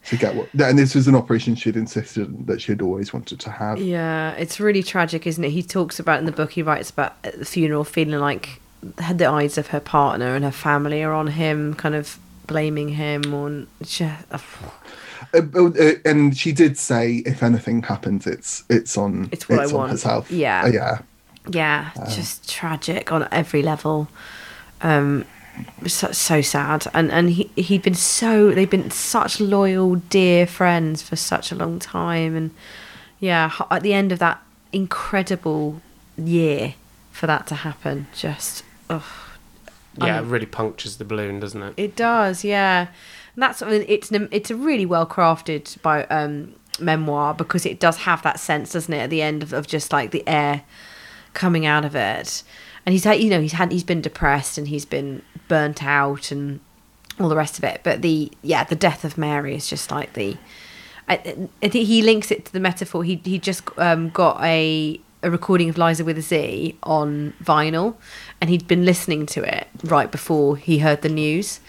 to get what and this was an operation she'd insisted that she had always wanted to have Yeah, it's really tragic, isn't it? He talks about in the book, he writes about at the funeral feeling like had the eyes of her partner and her family are on him, kind of blaming him on. oh, Uh, uh, and she did say if anything happens it's it's on It's what I on want. herself Yeah. Uh, yeah Yeah, just tragic on every level. Um, so, so sad, and and he he'd been so they've been such loyal, dear friends for such a long time, and yeah, h- at the end of that incredible year for that to happen, just oh, Yeah, it really punctures the balloon, doesn't it? It does, yeah. And that's I mean, it's an, it's a really well crafted by um, memoir because it does have that sense, doesn't it, at the end of, of just like the air coming out of it. And he's had, you know, he's had he's been depressed and he's been burnt out and all the rest of it. But the yeah, the death of Mary is just like the. I, I think he links it to the metaphor. He he just um, got a a recording of Liza with a Z on vinyl, and he'd been listening to it right before he heard the news,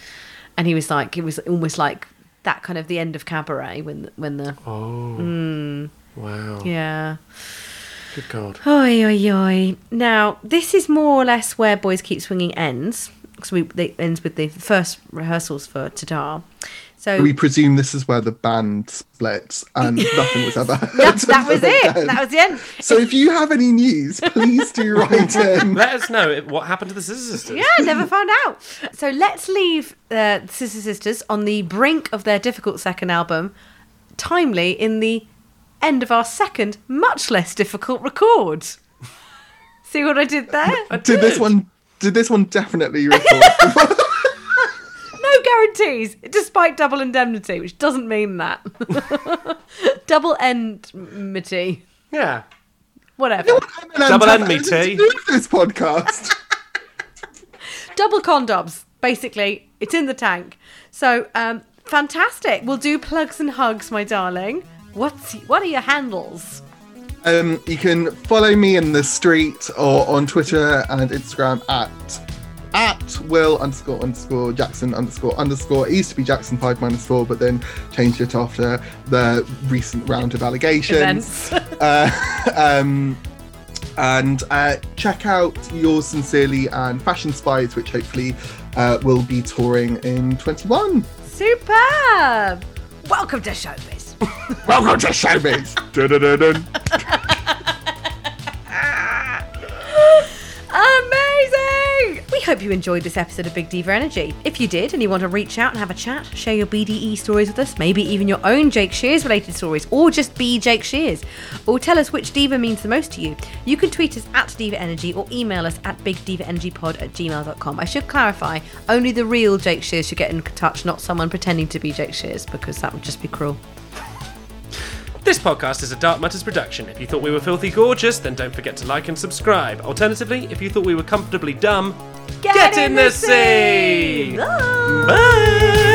and he was like, it was almost like that kind of the end of cabaret when the, when the Oh. Wow. Hmm. yeah. Good God. Oi, oi, oi. Now, this is more or less where Boys Keep Swinging ends. Because we they, it ends with the first rehearsals for Tadar. So We presume this is where the band splits and nothing was ever heard. that, that of was them it. again. That was the end. So if you have any news, please do write in. Let us know what happened to the Scissor Sisters. Yeah, I never found out. So let's leave uh, the Sister Sisters on the brink of their difficult second album, timely in the end of our second, much less difficult record. See what I did there? Did this one? Did this one definitely record? No guarantees, despite double indemnity, which doesn't mean that. double enmity, Yeah. whatever. Double N me, T. This podcast. double condoms basically it's in the tank so um fantastic we'll do plugs and hugs my darling what's what are your handles Um, you can follow me in the street or on Twitter and Instagram at at will underscore underscore jackson underscore underscore. It used to be Jackson five minus four, but then changed it after the recent round of allegations. events and uh, check out yours sincerely and fashion spies which hopefully uh, will be touring in 21 superb welcome to showbiz welcome to showbiz Dun-dun-dun-dun. Amazing! We hope you enjoyed this episode of Big Diva Energy. If you did and you want to reach out and have a chat, share your BDE stories with us, maybe even your own Jake Shears related stories, or just be Jake Shears, or tell us which diva means the most to you, you can tweet us at Diva Energy or email us at bigdivaenergypod at gmail.com. I should clarify, only the real Jake Shears should get in touch, not someone pretending to be Jake Shears, because that would just be cruel. This podcast is a Dark Matters production. If you thought we were filthy gorgeous, then don't forget to like and subscribe. Alternatively, if you thought we were comfortably dumb, get, in, the sea! Bye! Bye!